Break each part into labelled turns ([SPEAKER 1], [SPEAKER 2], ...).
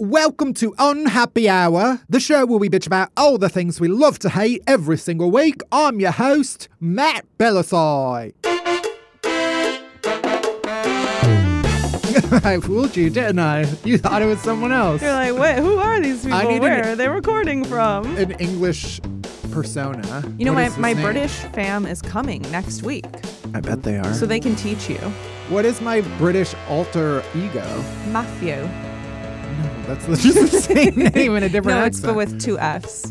[SPEAKER 1] Welcome to Unhappy Hour, the show where we bitch about all the things we love to hate every single week. I'm your host, Matt Bellasoy. I fooled you, didn't I? You thought it was someone else.
[SPEAKER 2] You're like, what? Who are these people?
[SPEAKER 1] I need an-
[SPEAKER 2] Where are they recording from?
[SPEAKER 1] An English persona.
[SPEAKER 2] You know,
[SPEAKER 1] What
[SPEAKER 2] my,
[SPEAKER 1] is his
[SPEAKER 2] my
[SPEAKER 1] name?
[SPEAKER 2] British fam is coming next week,
[SPEAKER 1] I bet they are.
[SPEAKER 2] so they can teach you.
[SPEAKER 1] what is my British alter ego?
[SPEAKER 2] Matthew.
[SPEAKER 1] No, that's the- just the same name in a different
[SPEAKER 2] no, it's
[SPEAKER 1] accent.
[SPEAKER 2] but with two F's.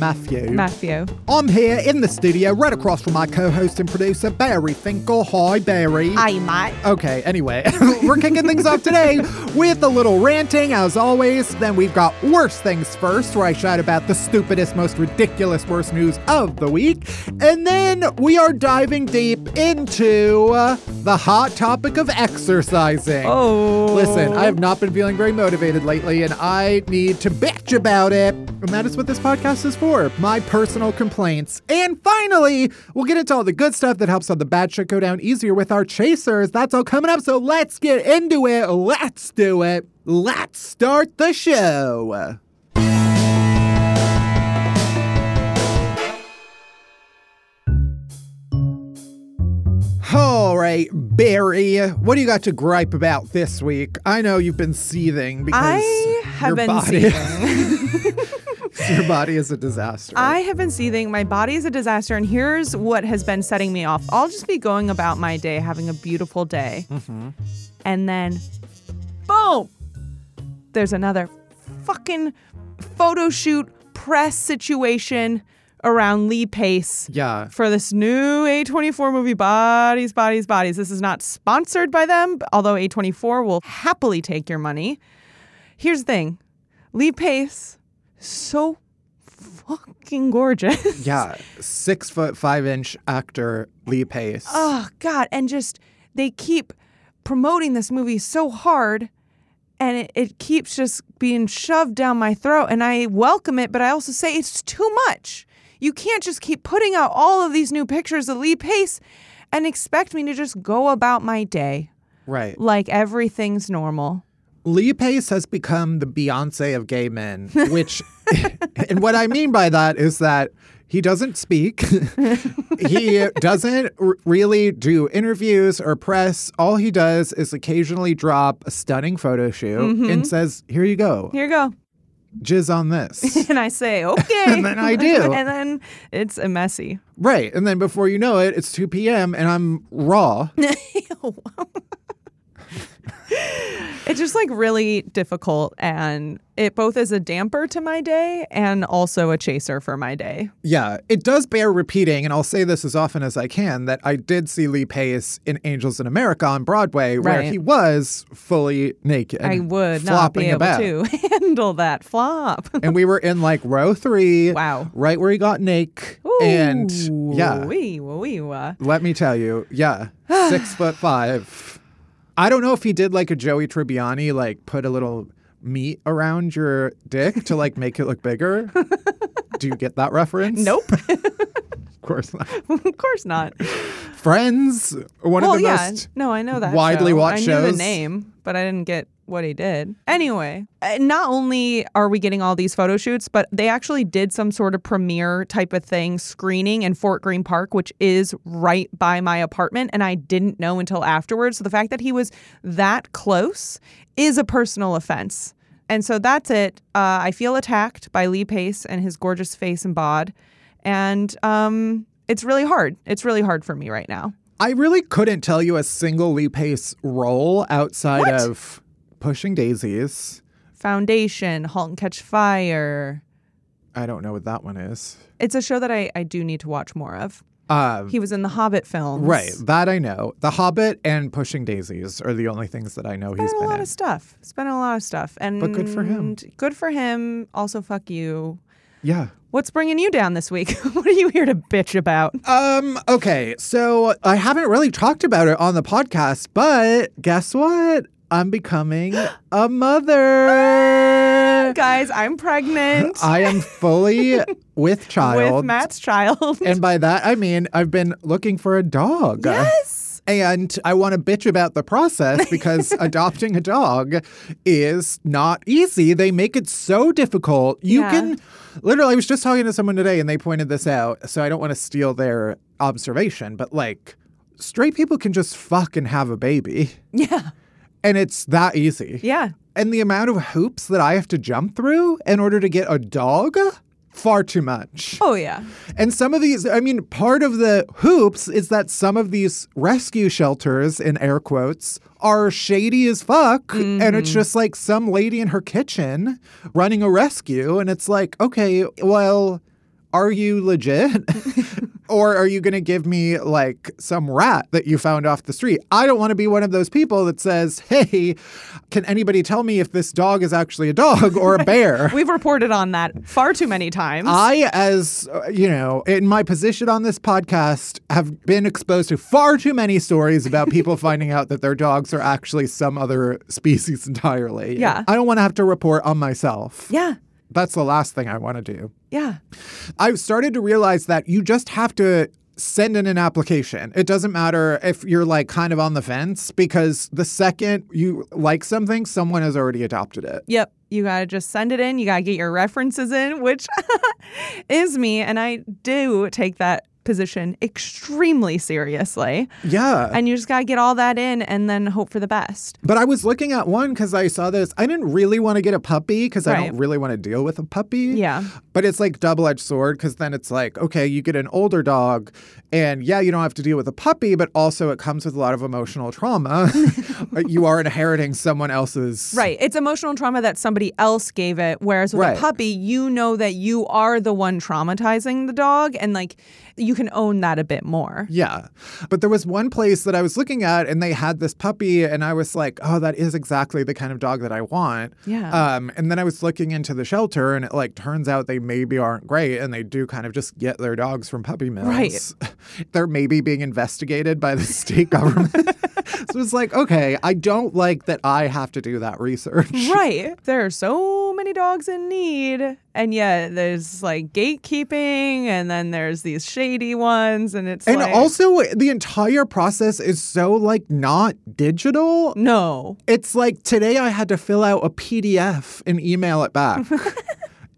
[SPEAKER 1] Matthew.
[SPEAKER 2] Matthew.
[SPEAKER 1] I'm here in the studio, right across from my co-host and producer, Barry Finkel. Hi, Barry.
[SPEAKER 2] might.
[SPEAKER 1] Okay, anyway, we're kicking things off today with a little ranting, as always. Then we've got Worst Things First, where I shout about the stupidest, most ridiculous, worst news of the week. And then we are diving deep into uh, the hot topic of exercising.
[SPEAKER 2] Oh.
[SPEAKER 1] Listen, I have not been feeling very motivated lately, and I need to bitch about it. And that is what this podcast is for my personal complaints. And finally, we'll get into all the good stuff that helps all the bad shit go down easier with our chasers. That's all coming up, so let's get into it. Let's do it. Let's start the show. All right, Barry, what do you got to gripe about this week? I know you've been seething because
[SPEAKER 2] I have
[SPEAKER 1] your
[SPEAKER 2] been
[SPEAKER 1] body,
[SPEAKER 2] seething.
[SPEAKER 1] your body is a disaster.
[SPEAKER 2] I have been seething. My body is a disaster, and here's what has been setting me off. I'll just be going about my day, having a beautiful day,
[SPEAKER 1] Mm-hmm.
[SPEAKER 2] and then, boom! There's another fucking photo shoot press situation around Lee Pace
[SPEAKER 1] yeah.
[SPEAKER 2] for this new A24 movie, Bodies, Bodies, Bodies. This is not sponsored by them, although A24 will happily take your money. Here's the thing Lee Pace, so fucking gorgeous.
[SPEAKER 1] Yeah, six foot five inch actor Lee Pace.
[SPEAKER 2] Oh, God. And just, they keep promoting this movie so hard. And it, it keeps just being shoved down my throat. And I welcome it, but I also say it's too much. You can't just keep putting out all of these new pictures of Lee Pace and expect me to just go about my day
[SPEAKER 1] right.
[SPEAKER 2] like everything's normal.
[SPEAKER 1] Lee Pace has become the Beyonce of gay men, which, and what I mean by that is that he doesn't speak. he doesn't r- really do interviews or press. All he does is occasionally drop a stunning photo shoot and says, Here you go,
[SPEAKER 2] Here you go.
[SPEAKER 1] jizz on this.
[SPEAKER 2] And I say, okay.
[SPEAKER 1] And then I do.
[SPEAKER 2] and then it's a messy.
[SPEAKER 1] right. And then before you know it, it's 2 p.m. and I'm raw.
[SPEAKER 2] It's just like really difficult. And it both is a damper to my day and also a chaser for my day.
[SPEAKER 1] Yeah, it does bear repeating, and I'll say this as often as I can that I did see Lee Pace in Angels in America on Broadway, where
[SPEAKER 2] Right.
[SPEAKER 1] he was fully naked.
[SPEAKER 2] I would not be
[SPEAKER 1] flopping
[SPEAKER 2] able
[SPEAKER 1] about.
[SPEAKER 2] to handle that flop.
[SPEAKER 1] and we were in like row three.
[SPEAKER 2] Wow.
[SPEAKER 1] Right where he got naked. And yeah,
[SPEAKER 2] Wee, wee, wah.
[SPEAKER 1] let me tell you, yeah, six foot five. I don't know if he did like a Joey Tribbiani, like put a little meat around your dick to like make it look bigger. Do you get that reference?
[SPEAKER 2] Nope.
[SPEAKER 1] Of course not.
[SPEAKER 2] of course not.
[SPEAKER 1] Friends, one
[SPEAKER 2] well,
[SPEAKER 1] of the
[SPEAKER 2] yeah.
[SPEAKER 1] most
[SPEAKER 2] no, I know that.
[SPEAKER 1] widely
[SPEAKER 2] show.
[SPEAKER 1] watched
[SPEAKER 2] I knew
[SPEAKER 1] shows.
[SPEAKER 2] the name, but I didn't get what he did. Anyway, uh, not only are we getting all these photo shoots, but they actually did some sort of premiere type of thing screening in Fort Greene Park, which is right by my apartment, and I didn't know until afterwards. So the fact that he was that close is a personal offense. And so that's it. Uh, I feel attacked by Lee Pace and his gorgeous face and bod. And um, it's really hard. It's really hard for me right now.
[SPEAKER 1] I really couldn't tell you a single Lee Pace role outside
[SPEAKER 2] What?
[SPEAKER 1] of Pushing Daisies.
[SPEAKER 2] Foundation, Halt and Catch Fire.
[SPEAKER 1] I don't know what that one is.
[SPEAKER 2] It's a show that I, I do need to watch more of.
[SPEAKER 1] Um,
[SPEAKER 2] He was in the Hobbit films.
[SPEAKER 1] right, that I know. The Hobbit and Pushing Daisies are the only things that I know he's
[SPEAKER 2] He's been in a
[SPEAKER 1] been
[SPEAKER 2] lot
[SPEAKER 1] in.
[SPEAKER 2] of stuff. He's been in a lot of stuff. And
[SPEAKER 1] But good for him.
[SPEAKER 2] Good for him. Also, fuck you.
[SPEAKER 1] Yeah.
[SPEAKER 2] What's bringing you down this week? what are you here to bitch about?
[SPEAKER 1] Um, okay, so I haven't really talked about it on the podcast, but guess what? I'm becoming a mother.
[SPEAKER 2] Guys, I'm pregnant
[SPEAKER 1] I am fully with child.
[SPEAKER 2] with Matt's child.
[SPEAKER 1] And by that, I mean, I've been looking for a dog.
[SPEAKER 2] yes.
[SPEAKER 1] And I want to bitch about the process because adopting a dog is not easy. They make it so difficult. You
[SPEAKER 2] Yeah.
[SPEAKER 1] can literally, I was just talking to someone today and they pointed this out. So I don't want to steal their observation, but like straight people can just fuck and have a baby.
[SPEAKER 2] Yeah.
[SPEAKER 1] And it's that easy.
[SPEAKER 2] Yeah.
[SPEAKER 1] And the amount of hoops that I have to jump through in order to get a dog, far too much.
[SPEAKER 2] Oh, yeah.
[SPEAKER 1] And some of these, I mean, part of the hoops is that some of these rescue shelters, in air quotes, are shady as fuck. And it's just like some lady in her kitchen running a rescue. And it's like, okay, well, are you legit? or are you going to give me like some rat that you found off the street? I don't want to be one of those people that says, hey, can anybody tell me if this dog is actually a dog or a bear?
[SPEAKER 2] We've reported on that far too many times.
[SPEAKER 1] I, as uh, you know, in my position on this podcast, have been exposed to far too many stories about people finding out that their dogs are actually some other species entirely.
[SPEAKER 2] Yeah.
[SPEAKER 1] I don't want to have to report on myself.
[SPEAKER 2] yeah.
[SPEAKER 1] That's the last thing I want to do.
[SPEAKER 2] Yeah.
[SPEAKER 1] I've started to realize that you just have to send in an application. It doesn't matter if you're like kind of on the fence because the second you like something, someone has already adopted it.
[SPEAKER 2] Yep. You got to just send it in. You got to get your references in, which is me. And I do take that position extremely seriously.
[SPEAKER 1] Yeah.
[SPEAKER 2] And you just got to get all that in and then hope for the best.
[SPEAKER 1] But I was looking at one because I saw this. I didn't really want to get a puppy because I
[SPEAKER 2] Right.
[SPEAKER 1] don't really want to deal with a puppy.
[SPEAKER 2] Yeah.
[SPEAKER 1] But it's like double edged sword because then it's like, okay, you get an older dog and yeah, you don't have to deal with a puppy, but also it comes with a lot of emotional trauma. you are inheriting someone else's.
[SPEAKER 2] Right. It's emotional trauma that somebody else gave it. Whereas with
[SPEAKER 1] Right.
[SPEAKER 2] a puppy, you know that you are the one traumatizing the dog and like you can own that a bit more.
[SPEAKER 1] Yeah. But there was one place that I was looking at and they had this puppy and I was like, oh, that is exactly the kind of dog that I want.
[SPEAKER 2] Yeah.
[SPEAKER 1] Um, and then I was looking into the shelter and it like turns out they maybe aren't great and they do kind of just get their dogs from puppy mills.
[SPEAKER 2] Right.
[SPEAKER 1] They're maybe being investigated by the state government. so it's like, okay, I don't like that I have to do that research.
[SPEAKER 2] Right. There are so many dogs in need. And yeah, there's like gatekeeping and then there's these shady ones and it's
[SPEAKER 1] And
[SPEAKER 2] like
[SPEAKER 1] also, the entire process is so like not digital.
[SPEAKER 2] no.
[SPEAKER 1] It's like today I had to fill out a PDF and email it back.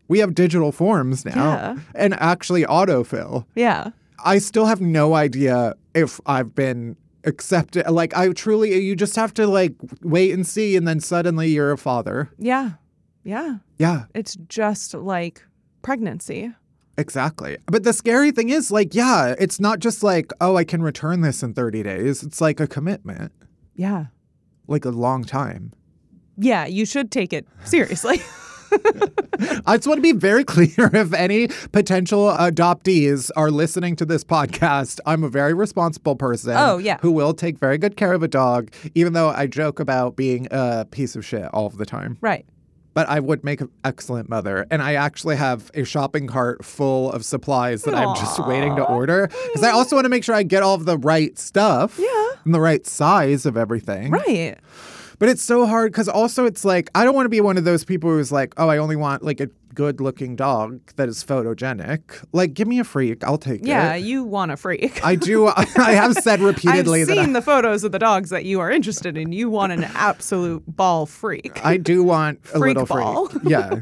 [SPEAKER 1] we have digital forms now
[SPEAKER 2] Yeah.
[SPEAKER 1] and actually autofill.
[SPEAKER 2] Yeah.
[SPEAKER 1] I still have no idea if I've been accepted. Like, I truly, you just have to like wait and see, and then suddenly you're a father.
[SPEAKER 2] Yeah. Yeah.
[SPEAKER 1] Yeah,
[SPEAKER 2] It's just like pregnancy.
[SPEAKER 1] exactly. But the scary thing is, like, yeah, it's not just like, oh, I can return this in 30 days. It's like a commitment,
[SPEAKER 2] Yeah.
[SPEAKER 1] like a long time.
[SPEAKER 2] Yeah, you should take it seriously.
[SPEAKER 1] I just want to be very clear if any potential adoptees are listening to this podcast, I'm a very responsible person.
[SPEAKER 2] Oh, yeah.
[SPEAKER 1] Who will take very good care of a dog, even though I joke about being a piece of shit all of the time.
[SPEAKER 2] right.
[SPEAKER 1] But I would make an excellent mother. And I actually have a shopping cart full of supplies that I'm just
[SPEAKER 2] Aw.
[SPEAKER 1] waiting to order. Because I also want to make sure I get all of the right stuff.
[SPEAKER 2] Yeah.
[SPEAKER 1] And the right size of everything.
[SPEAKER 2] Right.
[SPEAKER 1] But it's so hard because also it's like I don't want to be one of those people who's like, oh, I only want like a good looking dog that is photogenic. Like, give me a freak, I'll take
[SPEAKER 2] Yeah,
[SPEAKER 1] it.
[SPEAKER 2] you want a freak.
[SPEAKER 1] I do. I have said
[SPEAKER 2] I've
[SPEAKER 1] repeatedly that
[SPEAKER 2] seen
[SPEAKER 1] I,
[SPEAKER 2] the photos of the dogs that you are interested in. You want an absolute ball freak.
[SPEAKER 1] I do want a
[SPEAKER 2] Freak
[SPEAKER 1] little
[SPEAKER 2] ball.
[SPEAKER 1] freak. Yeah.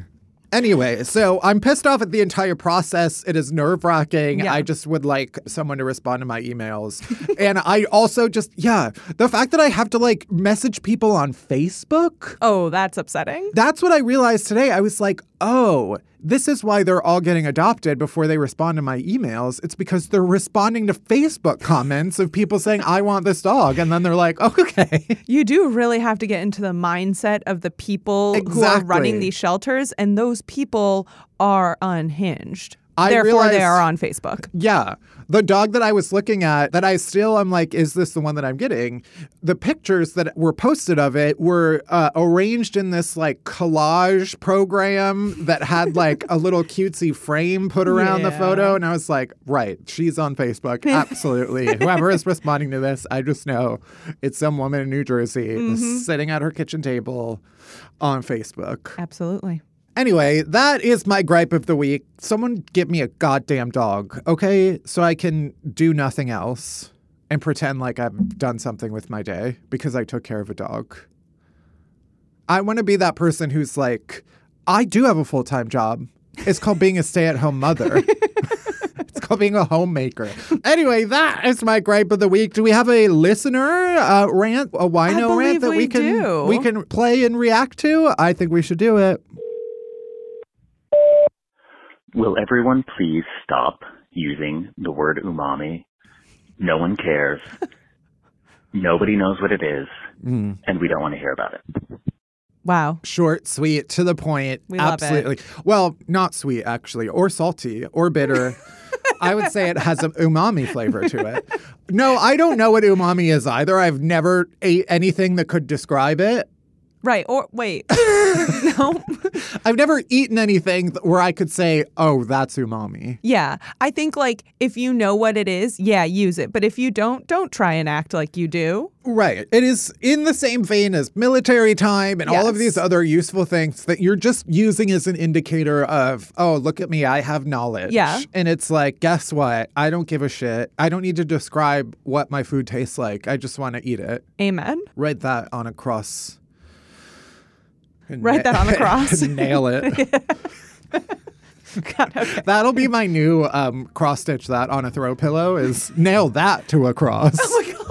[SPEAKER 1] Anyway, so I'm pissed off at the entire process. It is nerve wracking.
[SPEAKER 2] Yeah.
[SPEAKER 1] I just would like someone to respond to my emails. and I also just, yeah, the fact that I have to like message people on Facebook.
[SPEAKER 2] Oh, that's upsetting.
[SPEAKER 1] That's what I realized today. I was like, oh, this is why they're all getting adopted before they respond to my emails. It's because they're responding to Facebook comments of people saying, I want this dog. And then they're like, oh, okay.
[SPEAKER 2] You do really have to get into the mindset of the people who are
[SPEAKER 1] Exactly.
[SPEAKER 2] running these shelters, and those people are unhinged.
[SPEAKER 1] I
[SPEAKER 2] Therefore,
[SPEAKER 1] realized,
[SPEAKER 2] they are on Facebook.
[SPEAKER 1] Yeah. The dog that I was looking at, that I still am like, is this the one that I'm getting? The pictures that were posted of it were uh, arranged in this like collage program that had like a little cutesy frame put around the
[SPEAKER 2] Yeah.
[SPEAKER 1] photo. And I was like, right, she's on Facebook. Absolutely. Whoever is responding to this, I just know it's some woman in New Jersey sitting at her kitchen table on Facebook.
[SPEAKER 2] Absolutely.
[SPEAKER 1] Anyway, that is my gripe of the week. Someone give me a goddamn dog, okay? So I can do nothing else and pretend like I've done something with my day because I took care of a dog. I want to be that person who's like, I do have a full time job. It's called being a stay at home mother. It's called being a homemaker. Anyway, that is my gripe of the week. Do we have a listener uh, rant, a wino
[SPEAKER 2] believe
[SPEAKER 1] rant that we,
[SPEAKER 2] we
[SPEAKER 1] can
[SPEAKER 2] do.
[SPEAKER 1] we can play and react to? I think we should do it.
[SPEAKER 3] Will everyone please stop using the word umami? No one cares. Nobody knows what it is, and we don't want to hear about it.
[SPEAKER 2] Wow.
[SPEAKER 1] short, sweet, to the point.
[SPEAKER 2] We love it.
[SPEAKER 1] absolutely. Well, not sweet actually, or salty, or bitter. I would say it has an umami flavor to it. No, I don't know what umami is either. I've never ate anything that could describe it.
[SPEAKER 2] Right. Or wait. no.
[SPEAKER 1] I've never eaten anything th- where I could say, "Oh, that's umami."
[SPEAKER 2] Yeah. I think like if you know what it is, yeah, use it. But if you don't, don't try and act like you do.
[SPEAKER 1] Right. It is in the same vein as military time and all of
[SPEAKER 2] Yes.
[SPEAKER 1] these other useful things that you're just using as an indicator of, oh, look at me, I have knowledge.
[SPEAKER 2] Yeah.
[SPEAKER 1] And it's like, guess what? I don't give a shit. I don't need to describe what my food tastes like. I just want to eat it.
[SPEAKER 2] Amen.
[SPEAKER 1] Write that on a cross. And
[SPEAKER 2] Write that on a cross.
[SPEAKER 1] Nail it.
[SPEAKER 2] God, okay.
[SPEAKER 1] That'll be my new um, cross stitch that on a throw pillow is nail that to a cross.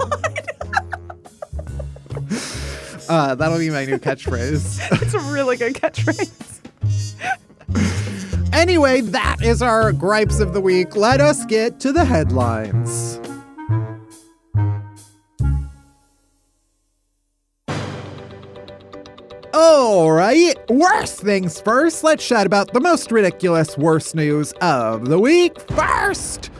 [SPEAKER 1] Uh, that'll be my new catchphrase.
[SPEAKER 2] It's a really good catchphrase.
[SPEAKER 1] Anyway, that is our gripes of the week. Let us get to the headlines. All right, worst things first. Let's chat about the most ridiculous worst news of the week first.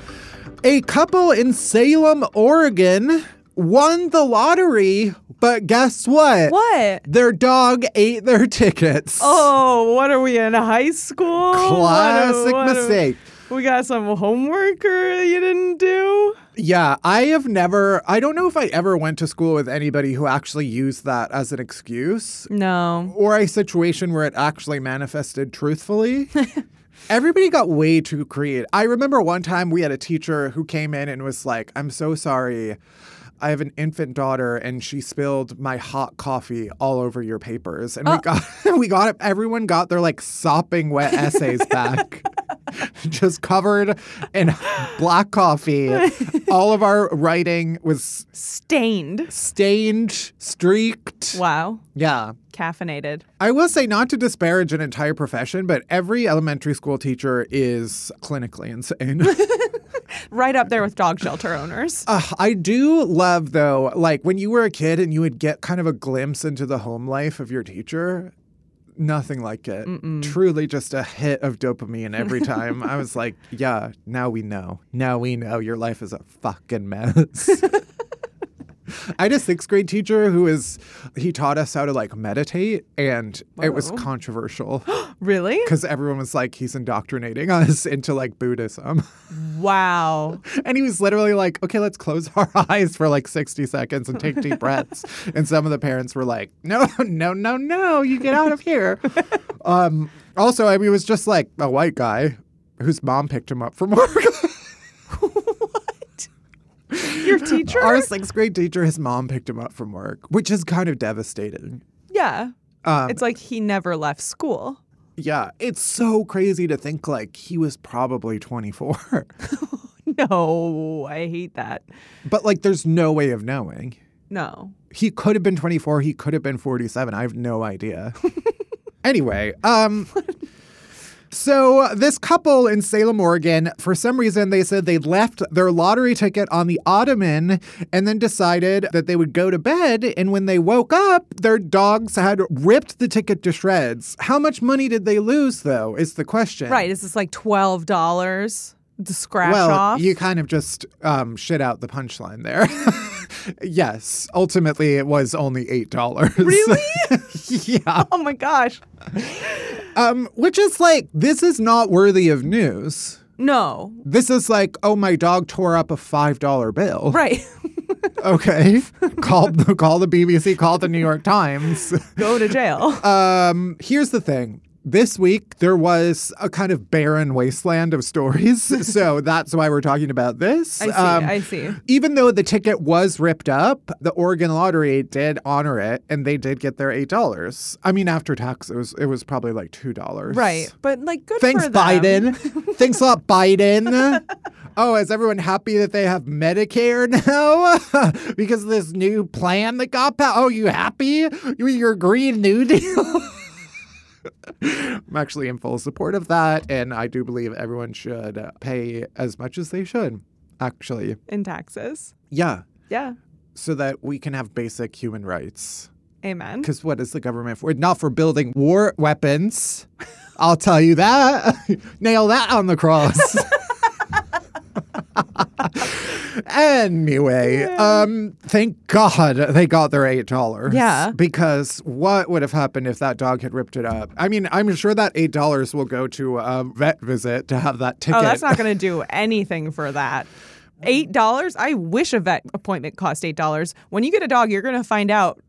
[SPEAKER 1] A couple in Salem, Oregon won the lottery, but guess what?
[SPEAKER 2] What?
[SPEAKER 1] Their dog ate their tickets.
[SPEAKER 2] Oh, what are we in high school?
[SPEAKER 1] Classic mistake.
[SPEAKER 2] we got some homework or you didn't do.
[SPEAKER 1] Yeah, I have never, I don't know if I ever went to school with anybody who actually used that as an excuse
[SPEAKER 2] No.
[SPEAKER 1] or a situation where it actually manifested truthfully. Everybody got way too creative. I remember one time we had a teacher who came in and was like, I'm so sorry. I have an infant daughter and she spilled my hot coffee all over your papers. And we got we got everyone got their like sopping wet essays back. Just covered in black coffee. All of our writing was
[SPEAKER 2] Stained.
[SPEAKER 1] stained, streaked.
[SPEAKER 2] Wow.
[SPEAKER 1] Yeah.
[SPEAKER 2] Caffeinated.
[SPEAKER 1] I will say, not to disparage an entire profession, but every elementary school teacher is clinically insane.
[SPEAKER 2] Right up there with dog shelter owners.
[SPEAKER 1] Uh, I do love, though, like when you were a kid and you would get kind of a glimpse into the home life of your teacher, nothing like it. Truly just a hit of dopamine every time. I was like, yeah, now we know. Now we know your life is a fucking mess. I had a sixth grade teacher who is, he taught us how to like meditate, and it was
[SPEAKER 2] Whoa.
[SPEAKER 1] controversial.
[SPEAKER 2] Really?
[SPEAKER 1] because everyone was like, he's indoctrinating us into like Buddhism.
[SPEAKER 2] Wow.
[SPEAKER 1] And he was literally like, okay, let's close our eyes for like 60 seconds and take deep breaths. And some of the parents were like, no, no, no, no, you get out of here. um, also, I mean, it was just like a white guy whose mom picked him up from work.
[SPEAKER 2] what? Your teacher?
[SPEAKER 1] Our sixth grade teacher, his mom picked him up from work, which is kind of devastating.
[SPEAKER 2] yeah.
[SPEAKER 1] Um,
[SPEAKER 2] it's like he never left school.
[SPEAKER 1] yeah, it's so crazy to think like he was probably 24,
[SPEAKER 2] No, I hate that.
[SPEAKER 1] but like there's no way of knowing.
[SPEAKER 2] No.
[SPEAKER 1] he could have been 24 he could have been 47 i have no idea anyway um So uh, this couple in Salem, Oregon, for some reason they said they left their lottery ticket on the ottoman and then decided that they would go to bed and when they woke up, their dogs had ripped the ticket to shreds. How much money did they lose though is the question.
[SPEAKER 2] Right. Is this like twelve dollars? The scratch
[SPEAKER 1] well,
[SPEAKER 2] off.
[SPEAKER 1] you kind of just um, shit out the punchline there. yes, ultimately it was only eight dollars.
[SPEAKER 2] Really?
[SPEAKER 1] yeah.
[SPEAKER 2] oh my gosh.
[SPEAKER 1] Um, which is like this is not worthy of news.
[SPEAKER 2] No.
[SPEAKER 1] This is like, oh, my dog tore up a five dollar bill.
[SPEAKER 2] Right.
[SPEAKER 1] Okay, call the call the BBC, call the New York Times.
[SPEAKER 2] Go to jail.
[SPEAKER 1] Um, here's the thing. This week there was a kind of barren wasteland of stories, so that's why we're talking about this.
[SPEAKER 2] I see.
[SPEAKER 1] Um,
[SPEAKER 2] I see.
[SPEAKER 1] Even though the ticket was ripped up, the Oregon Lottery did honor it, and they did get their eight dollars. I mean, after tax, it was it was probably like two dollars.
[SPEAKER 2] Right. But like good
[SPEAKER 1] Thanks,
[SPEAKER 2] for them.
[SPEAKER 1] Biden. Thanks a lot, Biden. Oh, is everyone happy that they have Medicare now? because of this new plan that got passed. Oh, you happy? You your Green New Deal? I'm actually in full support of that, and I do believe everyone should pay as much as they should, actually.
[SPEAKER 2] In taxes.
[SPEAKER 1] Yeah.
[SPEAKER 2] Yeah.
[SPEAKER 1] So that we can have basic human rights.
[SPEAKER 2] Amen.
[SPEAKER 1] Because what is the government for? Not for building war weapons. I'll tell you that. Nail that on the cross. anyway, um, thank God they got their eight dollars.
[SPEAKER 2] Yeah.
[SPEAKER 1] Because what would have happened if that dog had ripped it up? I mean, I'm sure that eight dollars will go to a vet visit to have that ticket.
[SPEAKER 2] Oh, that's not going to do anything for that. Eight dollars? I wish a vet appointment cost eight dollars. When you get a dog, you're going to find out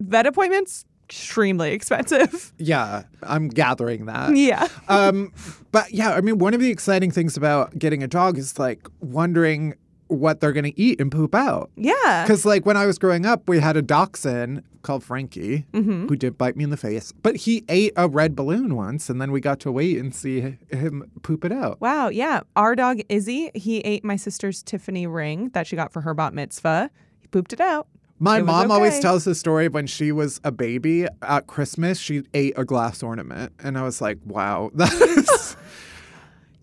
[SPEAKER 2] vet appointments extremely expensive.
[SPEAKER 1] yeah, I'm gathering that.
[SPEAKER 2] yeah.
[SPEAKER 1] um, but yeah, I mean, one of the exciting things about getting a dog is like wondering what they're going to eat and poop out.
[SPEAKER 2] Yeah.
[SPEAKER 1] Because like when I was growing up, we had a dachshund called Frankie
[SPEAKER 2] Mm-hmm.
[SPEAKER 1] who did bite me in the face, but he ate a red balloon once, and then we got to wait and see h- him poop it out.
[SPEAKER 2] Wow. Yeah. Our dog Izzy, he ate my sister's Tiffany ring that she got for her bat mitzvah. He pooped it out.
[SPEAKER 1] My
[SPEAKER 2] It was
[SPEAKER 1] mom always
[SPEAKER 2] okay.
[SPEAKER 1] tells the story of when she was a baby at Christmas, she ate a glass ornament, and I was like, wow, that's.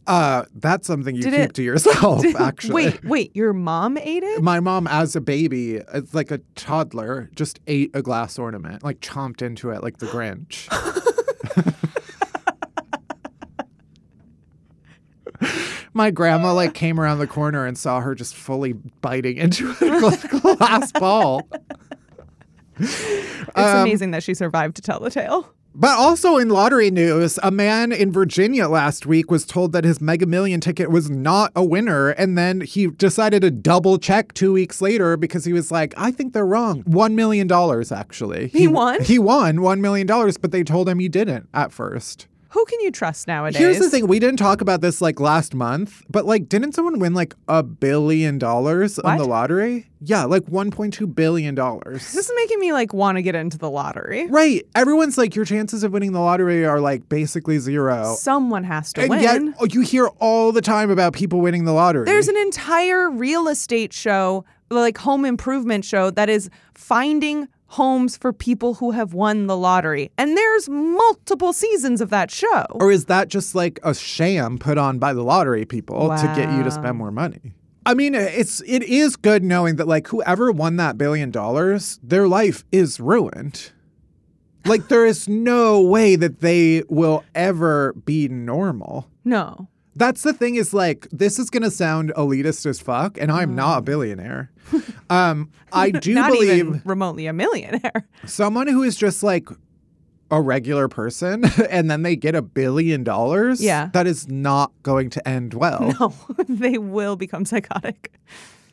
[SPEAKER 1] Uh, that's something you
[SPEAKER 2] Did
[SPEAKER 1] keep
[SPEAKER 2] it-
[SPEAKER 1] to yourself, Oh, actually.
[SPEAKER 2] Wait, wait. Your mom ate it?
[SPEAKER 1] my mom as a baby as like a toddler just ate a glass ornament like chomped into it like the grinch my grandma like came around the corner and saw her just fully biting into a gla- glass ball
[SPEAKER 2] It's
[SPEAKER 1] Um,
[SPEAKER 2] amazing that she survived to tell the tale.
[SPEAKER 1] But also in lottery news, a man in Virginia last week was told that his Mega Million ticket was not a winner. And then he decided to double check two weeks later because he was like, I think they're wrong. $1 million, actually. He,
[SPEAKER 2] won?
[SPEAKER 1] He won $1 million, but they told him he didn't at first.
[SPEAKER 2] Who can you trust nowadays?
[SPEAKER 1] Here's the thing we didn't talk about this like last month, but like, didn't someone win like a billion dollars on
[SPEAKER 2] What?
[SPEAKER 1] the lottery? Yeah, like $1.2 billion.
[SPEAKER 2] This is making me like want to get into the lottery.
[SPEAKER 1] Right. Everyone's like, your chances of winning the lottery are like basically zero.
[SPEAKER 2] Someone has to
[SPEAKER 1] And
[SPEAKER 2] win.
[SPEAKER 1] yet, oh, you hear all the time about people winning the lottery.
[SPEAKER 2] There's an entire real estate show, like home improvement show, that is finding homes for people who have won the lottery. And there's multiple seasons of that show.
[SPEAKER 1] or is that just like a sham put on by the lottery people to get you to spend more money? I mean, it's it is good knowing that like whoever won that billion dollars, their life is ruined. Like there is no way that they will ever be normal.
[SPEAKER 2] No.
[SPEAKER 1] That's the thing is like this is gonna sound elitist as fuck, and I'm not a billionaire. Um, I do
[SPEAKER 2] Mm. Not
[SPEAKER 1] believe
[SPEAKER 2] even remotely a millionaire.
[SPEAKER 1] someone who is just like a regular person and then they get a billion dollars
[SPEAKER 2] Yeah.
[SPEAKER 1] that is not going to end well
[SPEAKER 2] No, they will become psychotic.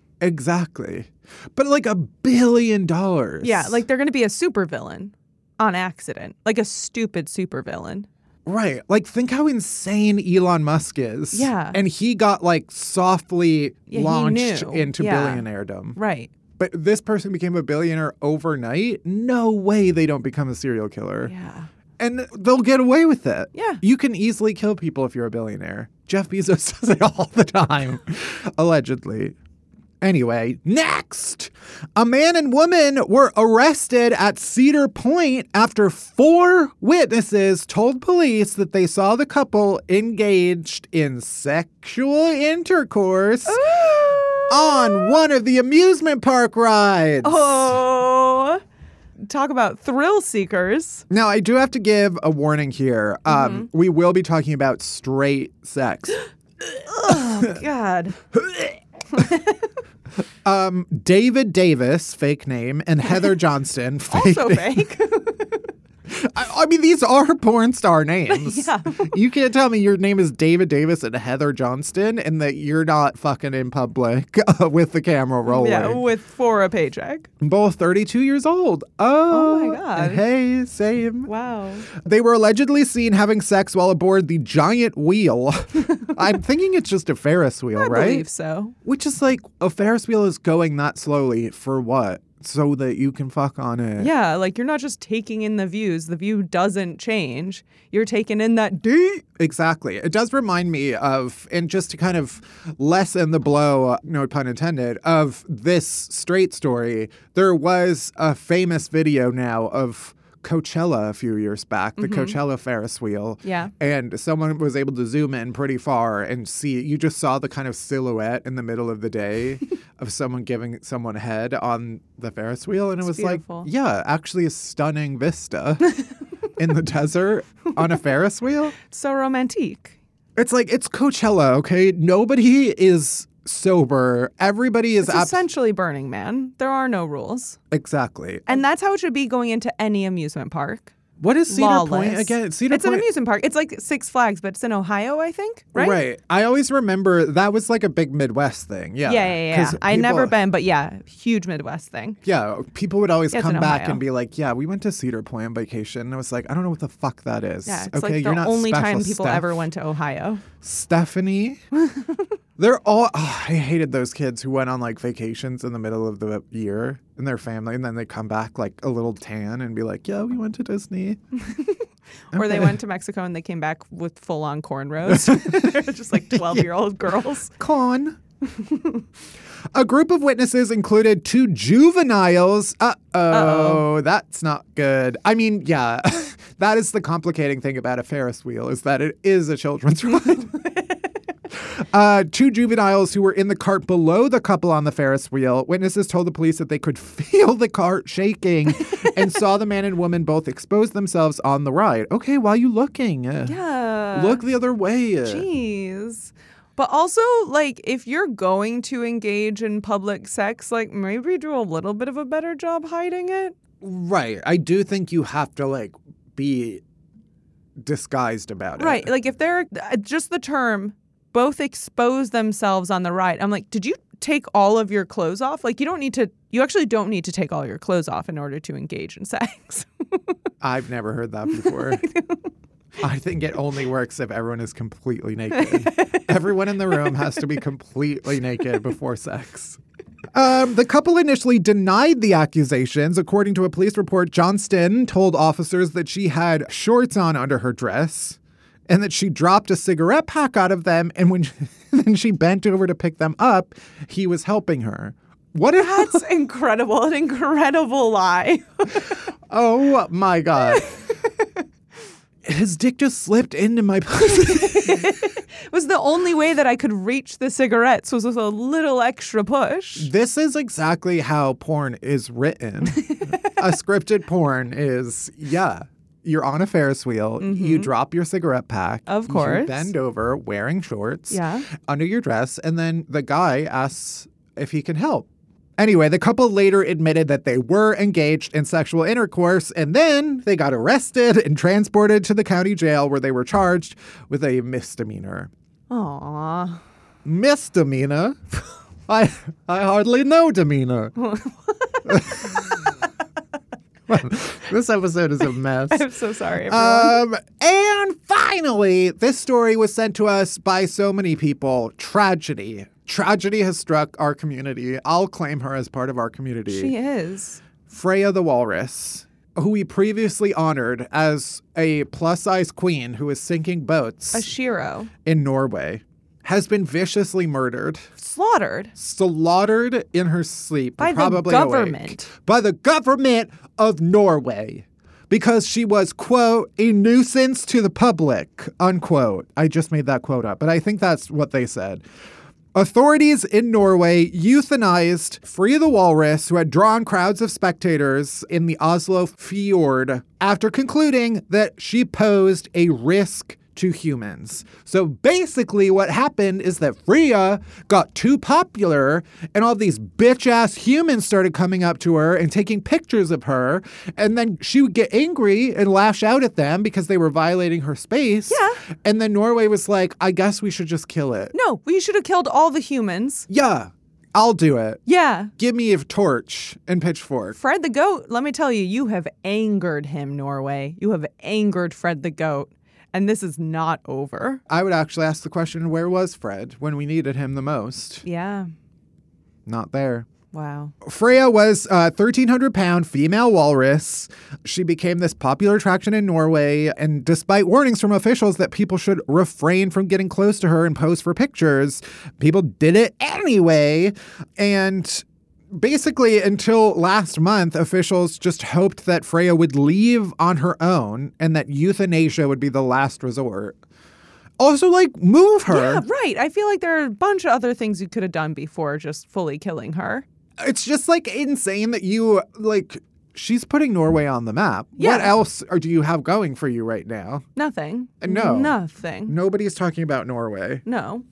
[SPEAKER 1] exactly but like a billion dollars
[SPEAKER 2] Yeah, like they're going to be a supervillain on accident, like a stupid supervillain.
[SPEAKER 1] right like think how insane elon musk is
[SPEAKER 2] Yeah.
[SPEAKER 1] and he got like softly
[SPEAKER 2] Yeah, he
[SPEAKER 1] launched
[SPEAKER 2] knew.
[SPEAKER 1] into
[SPEAKER 2] Yeah.
[SPEAKER 1] billionairedom
[SPEAKER 2] Right.
[SPEAKER 1] but this person became a billionaire overnight no way they don't become a serial killer
[SPEAKER 2] Yeah.
[SPEAKER 1] and they'll get away with it.
[SPEAKER 2] Yeah.
[SPEAKER 1] You can easily kill people if you're a billionaire. Jeff Bezos does it all the time, allegedly. Anyway, next! A man and woman were arrested at Cedar Point after four witnesses told police that they saw the couple engaged in sexual intercourse on one of the amusement park rides.
[SPEAKER 2] Oh, talk about thrill seekers.
[SPEAKER 1] Now, I do have to give a warning here. Um,
[SPEAKER 2] Mm-hmm.
[SPEAKER 1] We will be talking about straight sex.
[SPEAKER 2] God.
[SPEAKER 1] Um, David Davis, fake name, and Heather Johnston, fake
[SPEAKER 2] Also
[SPEAKER 1] name.
[SPEAKER 2] fake.
[SPEAKER 1] I, I mean, these are porn star names.
[SPEAKER 2] Yeah.
[SPEAKER 1] you can't tell me your name is David Davis and Heather Johnston and that you're not fucking in public uh, with the camera rolling.
[SPEAKER 2] yeah, with for a paycheck.
[SPEAKER 1] Both 32 years old. Oh,
[SPEAKER 2] Oh my God.
[SPEAKER 1] Hey, same.
[SPEAKER 2] Wow.
[SPEAKER 1] They were allegedly seen having sex while aboard the giant wheel. I'm thinking it's just a Ferris wheel,
[SPEAKER 2] I
[SPEAKER 1] right?
[SPEAKER 2] believe so.
[SPEAKER 1] Which is like a Ferris wheel is going that slowly for what? So that you can fuck on it.
[SPEAKER 2] Yeah, like you're not just taking in the views. The view doesn't change. You're taking in that deep.
[SPEAKER 1] Exactly. It does remind me of, and just to kind of lessen the blow, no pun intended, of this straight story, there was a famous video now of Coachella a few years back, the Coachella Ferris wheel.
[SPEAKER 2] Mm-hmm. Yeah.
[SPEAKER 1] And someone was able to zoom in pretty far and see, you just saw the kind of silhouette in the middle of the day of someone giving someone head on the Ferris wheel. And it was
[SPEAKER 2] beautiful.
[SPEAKER 1] like, yeah, actually a stunning vista. In the desert on a Ferris wheel?
[SPEAKER 2] So romantic.
[SPEAKER 1] It's like it's Coachella, okay? Nobody is sober. Everybody is
[SPEAKER 2] It's
[SPEAKER 1] abs-
[SPEAKER 2] essentially Burning Man. There are no rules.
[SPEAKER 1] exactly.
[SPEAKER 2] And that's how it should be going into any amusement park.
[SPEAKER 1] What is Cedar Point
[SPEAKER 2] Lawless.
[SPEAKER 1] again? Cedar
[SPEAKER 2] it's
[SPEAKER 1] Point.
[SPEAKER 2] an amusement park. It's like Six Flags, but it's in Ohio, I think, right?
[SPEAKER 1] I always remember that was like a big Midwest thing. Yeah.
[SPEAKER 2] Yeah, yeah, yeah.
[SPEAKER 1] 'Cause
[SPEAKER 2] I never
[SPEAKER 1] people-
[SPEAKER 2] been, but yeah, huge Midwest thing.
[SPEAKER 1] Yeah, people would always
[SPEAKER 2] Yeah, it's
[SPEAKER 1] come
[SPEAKER 2] in
[SPEAKER 1] back
[SPEAKER 2] Ohio.
[SPEAKER 1] and be like, "Yeah, we went to Cedar Point on vacation." And I was like, "I don't know what the fuck that is."
[SPEAKER 2] Yeah, it's
[SPEAKER 1] okay,
[SPEAKER 2] like
[SPEAKER 1] you're
[SPEAKER 2] the
[SPEAKER 1] not
[SPEAKER 2] only
[SPEAKER 1] special,
[SPEAKER 2] time people
[SPEAKER 1] Steph.
[SPEAKER 2] ever went to Ohio.
[SPEAKER 1] Stephanie. They're all. Oh, I hated those kids who went on like vacations in the middle of the year and their family, and then they come back like a little tan and be like, "Yeah, we went to Disney."
[SPEAKER 2] Or they went to Mexico and they came back with full on cornrows. They're just like 12 year old girls.
[SPEAKER 1] Con. a group of witnesses included two juveniles. Uh oh, that's not good. I mean, yeah, that is the complicating thing about a Ferris wheel is that it is a children's ride. Uh, two juveniles who were in the cart below the couple on the Ferris wheel. Witnesses told the police that they could feel the cart shaking and saw the man and woman both expose themselves on the ride. Okay, why are you looking? Uh,
[SPEAKER 2] Yeah.
[SPEAKER 1] Look the other way. Uh,
[SPEAKER 2] Jeez. But also, like, if you're going to engage in public sex, like, maybe do a little bit of a better job hiding it.
[SPEAKER 1] Right. I do think you have to like be disguised about it.
[SPEAKER 2] Right. Like, if they're uh, just the term, both expose themselves on the ride. I'm like, did you take all of your clothes off? Like, you don't need to, you actually don't need to take all your clothes off in order to engage in sex.
[SPEAKER 1] I've never heard that before. I think it only works if everyone is completely naked. everyone in the room has to be completely naked before sex. Um, the couple initially denied the accusations. According to a police report, Johnston told officers that she had shorts on under her dress and that she dropped a cigarette pack out of them. And when then she bent over to pick them up, he was helping her. What a
[SPEAKER 2] That's incredible. An incredible lie.
[SPEAKER 1] Oh my god. His dick just slipped into my pussy.
[SPEAKER 2] was the only way that I could reach the cigarettes was with a little extra push.
[SPEAKER 1] this is exactly how porn is written. a scripted porn is, yeah, you're on a Ferris wheel, you drop your cigarette pack,
[SPEAKER 2] Mm-hmm. Of
[SPEAKER 1] you
[SPEAKER 2] course.
[SPEAKER 1] bend over wearing shorts,
[SPEAKER 2] Yeah.
[SPEAKER 1] under your dress, and then the guy asks if he can help. Anyway, the couple later admitted that they were engaged in sexual intercourse, and then they got arrested and transported to the county jail where they were charged with a misdemeanor.
[SPEAKER 2] Aw.
[SPEAKER 1] misdemeanor. I I hardly know demeanor. this episode is a mess.
[SPEAKER 2] I'm so sorry, everyone.
[SPEAKER 1] Um, and finally, this story was sent to us by so many people. Tragedy. Tragedy has struck our community. I'll claim her as part of our community.
[SPEAKER 2] she is.
[SPEAKER 1] Freya the Walrus, who we previously honored as a plus size queen who is sinking boats
[SPEAKER 2] A Shiro.
[SPEAKER 1] in Norway. has been viciously murdered,
[SPEAKER 2] slaughtered.
[SPEAKER 1] slaughtered in her sleep,
[SPEAKER 2] By the
[SPEAKER 1] probably awake,
[SPEAKER 2] government.
[SPEAKER 1] by the government of Norway, because she was quote a nuisance to the public unquote. I just made that quote up, but I think that's what they said. Authorities in Norway euthanized Free the Walrus, who had drawn crowds of spectators in the Oslo fjord, after concluding that she posed a risk to humans. So basically, what happened is that Freya got too popular, and all these bitch ass humans started coming up to her and taking pictures of her. And then she would get angry and lash out at them because they were violating her space.
[SPEAKER 2] Yeah.
[SPEAKER 1] And then Norway was like, I guess we should just kill it.
[SPEAKER 2] No, we should have killed all the humans.
[SPEAKER 1] Yeah, I'll do it.
[SPEAKER 2] Yeah.
[SPEAKER 1] Give me a torch and pitchfork.
[SPEAKER 2] Fred the goat, let me tell you, you have angered him, Norway. You have angered Fred the goat. And this is not over.
[SPEAKER 1] I would actually ask the question where was Fred when we needed him the most?
[SPEAKER 2] Yeah.
[SPEAKER 1] Not there.
[SPEAKER 2] Wow.
[SPEAKER 1] Freya was a 1,300 pound female walrus. She became this popular attraction in Norway. And despite warnings from officials that people should refrain from getting close to her and pose for pictures, people did it anyway. And basically, until last month, officials just hoped that Freya would leave on her own and that euthanasia would be the last resort. Also, like, move her.
[SPEAKER 2] Yeah, right. I feel like there are a bunch of other things you could have done before just fully killing her.
[SPEAKER 1] it's just like insane that you like she's putting Norway on the map. What
[SPEAKER 2] Yeah.
[SPEAKER 1] else are, do you have going for you right now?
[SPEAKER 2] Nothing.
[SPEAKER 1] No.
[SPEAKER 2] Nothing.
[SPEAKER 1] Nobody's talking about Norway,
[SPEAKER 2] Uh, No.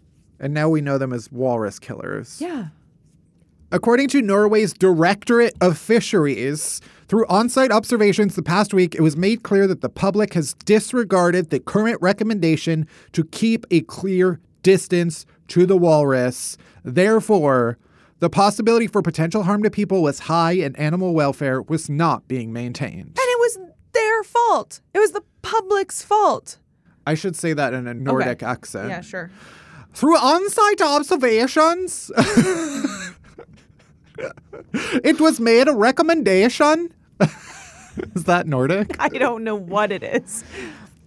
[SPEAKER 1] and now we know them as walrus killers.
[SPEAKER 2] Yeah.
[SPEAKER 1] According to Norway's Directorate of Fisheries, through on site observations the past week, it was made clear that the public has disregarded the current recommendation to keep a clear distance to the walrus. Therefore, the possibility for potential harm to people was high and animal welfare was not being maintained.
[SPEAKER 2] And it was their fault. It was the public's fault.
[SPEAKER 1] I should say that in a Nordic accent.
[SPEAKER 2] Yeah, sure.
[SPEAKER 1] through on-site observations it was made a recommendation is that nordic
[SPEAKER 2] I don't know what it is.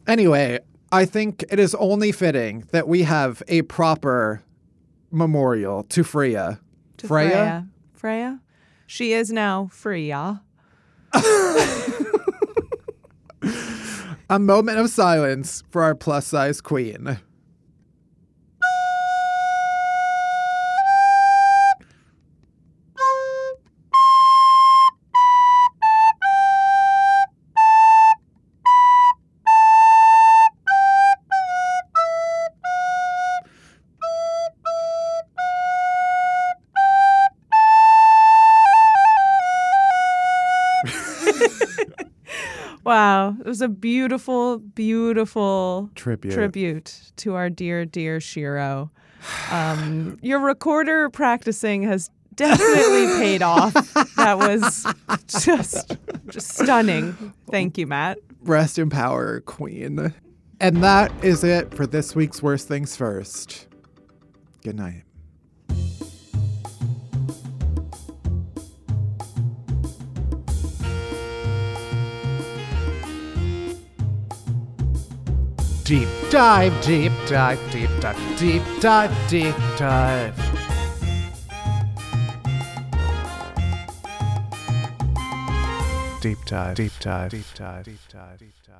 [SPEAKER 1] anyway i think it is only fitting that we have a proper memorial to freya
[SPEAKER 2] To Freya. Freya? She is now Freya.
[SPEAKER 1] a moment of silence for our plus-size queen
[SPEAKER 2] Wow. It was a beautiful, beautiful
[SPEAKER 1] Tribute.
[SPEAKER 2] tribute to our dear, dear Shiro. Um, your recorder practicing has definitely paid off. That was just, just stunning. Thank you, Matt.
[SPEAKER 1] rest in power queen and that is it for this week's worst things first good night Deep dive, deep dive, deep dive, deep dive, deep dive. Deep dive, deep dive, deep dive, deep dive, deep dive, deep dive.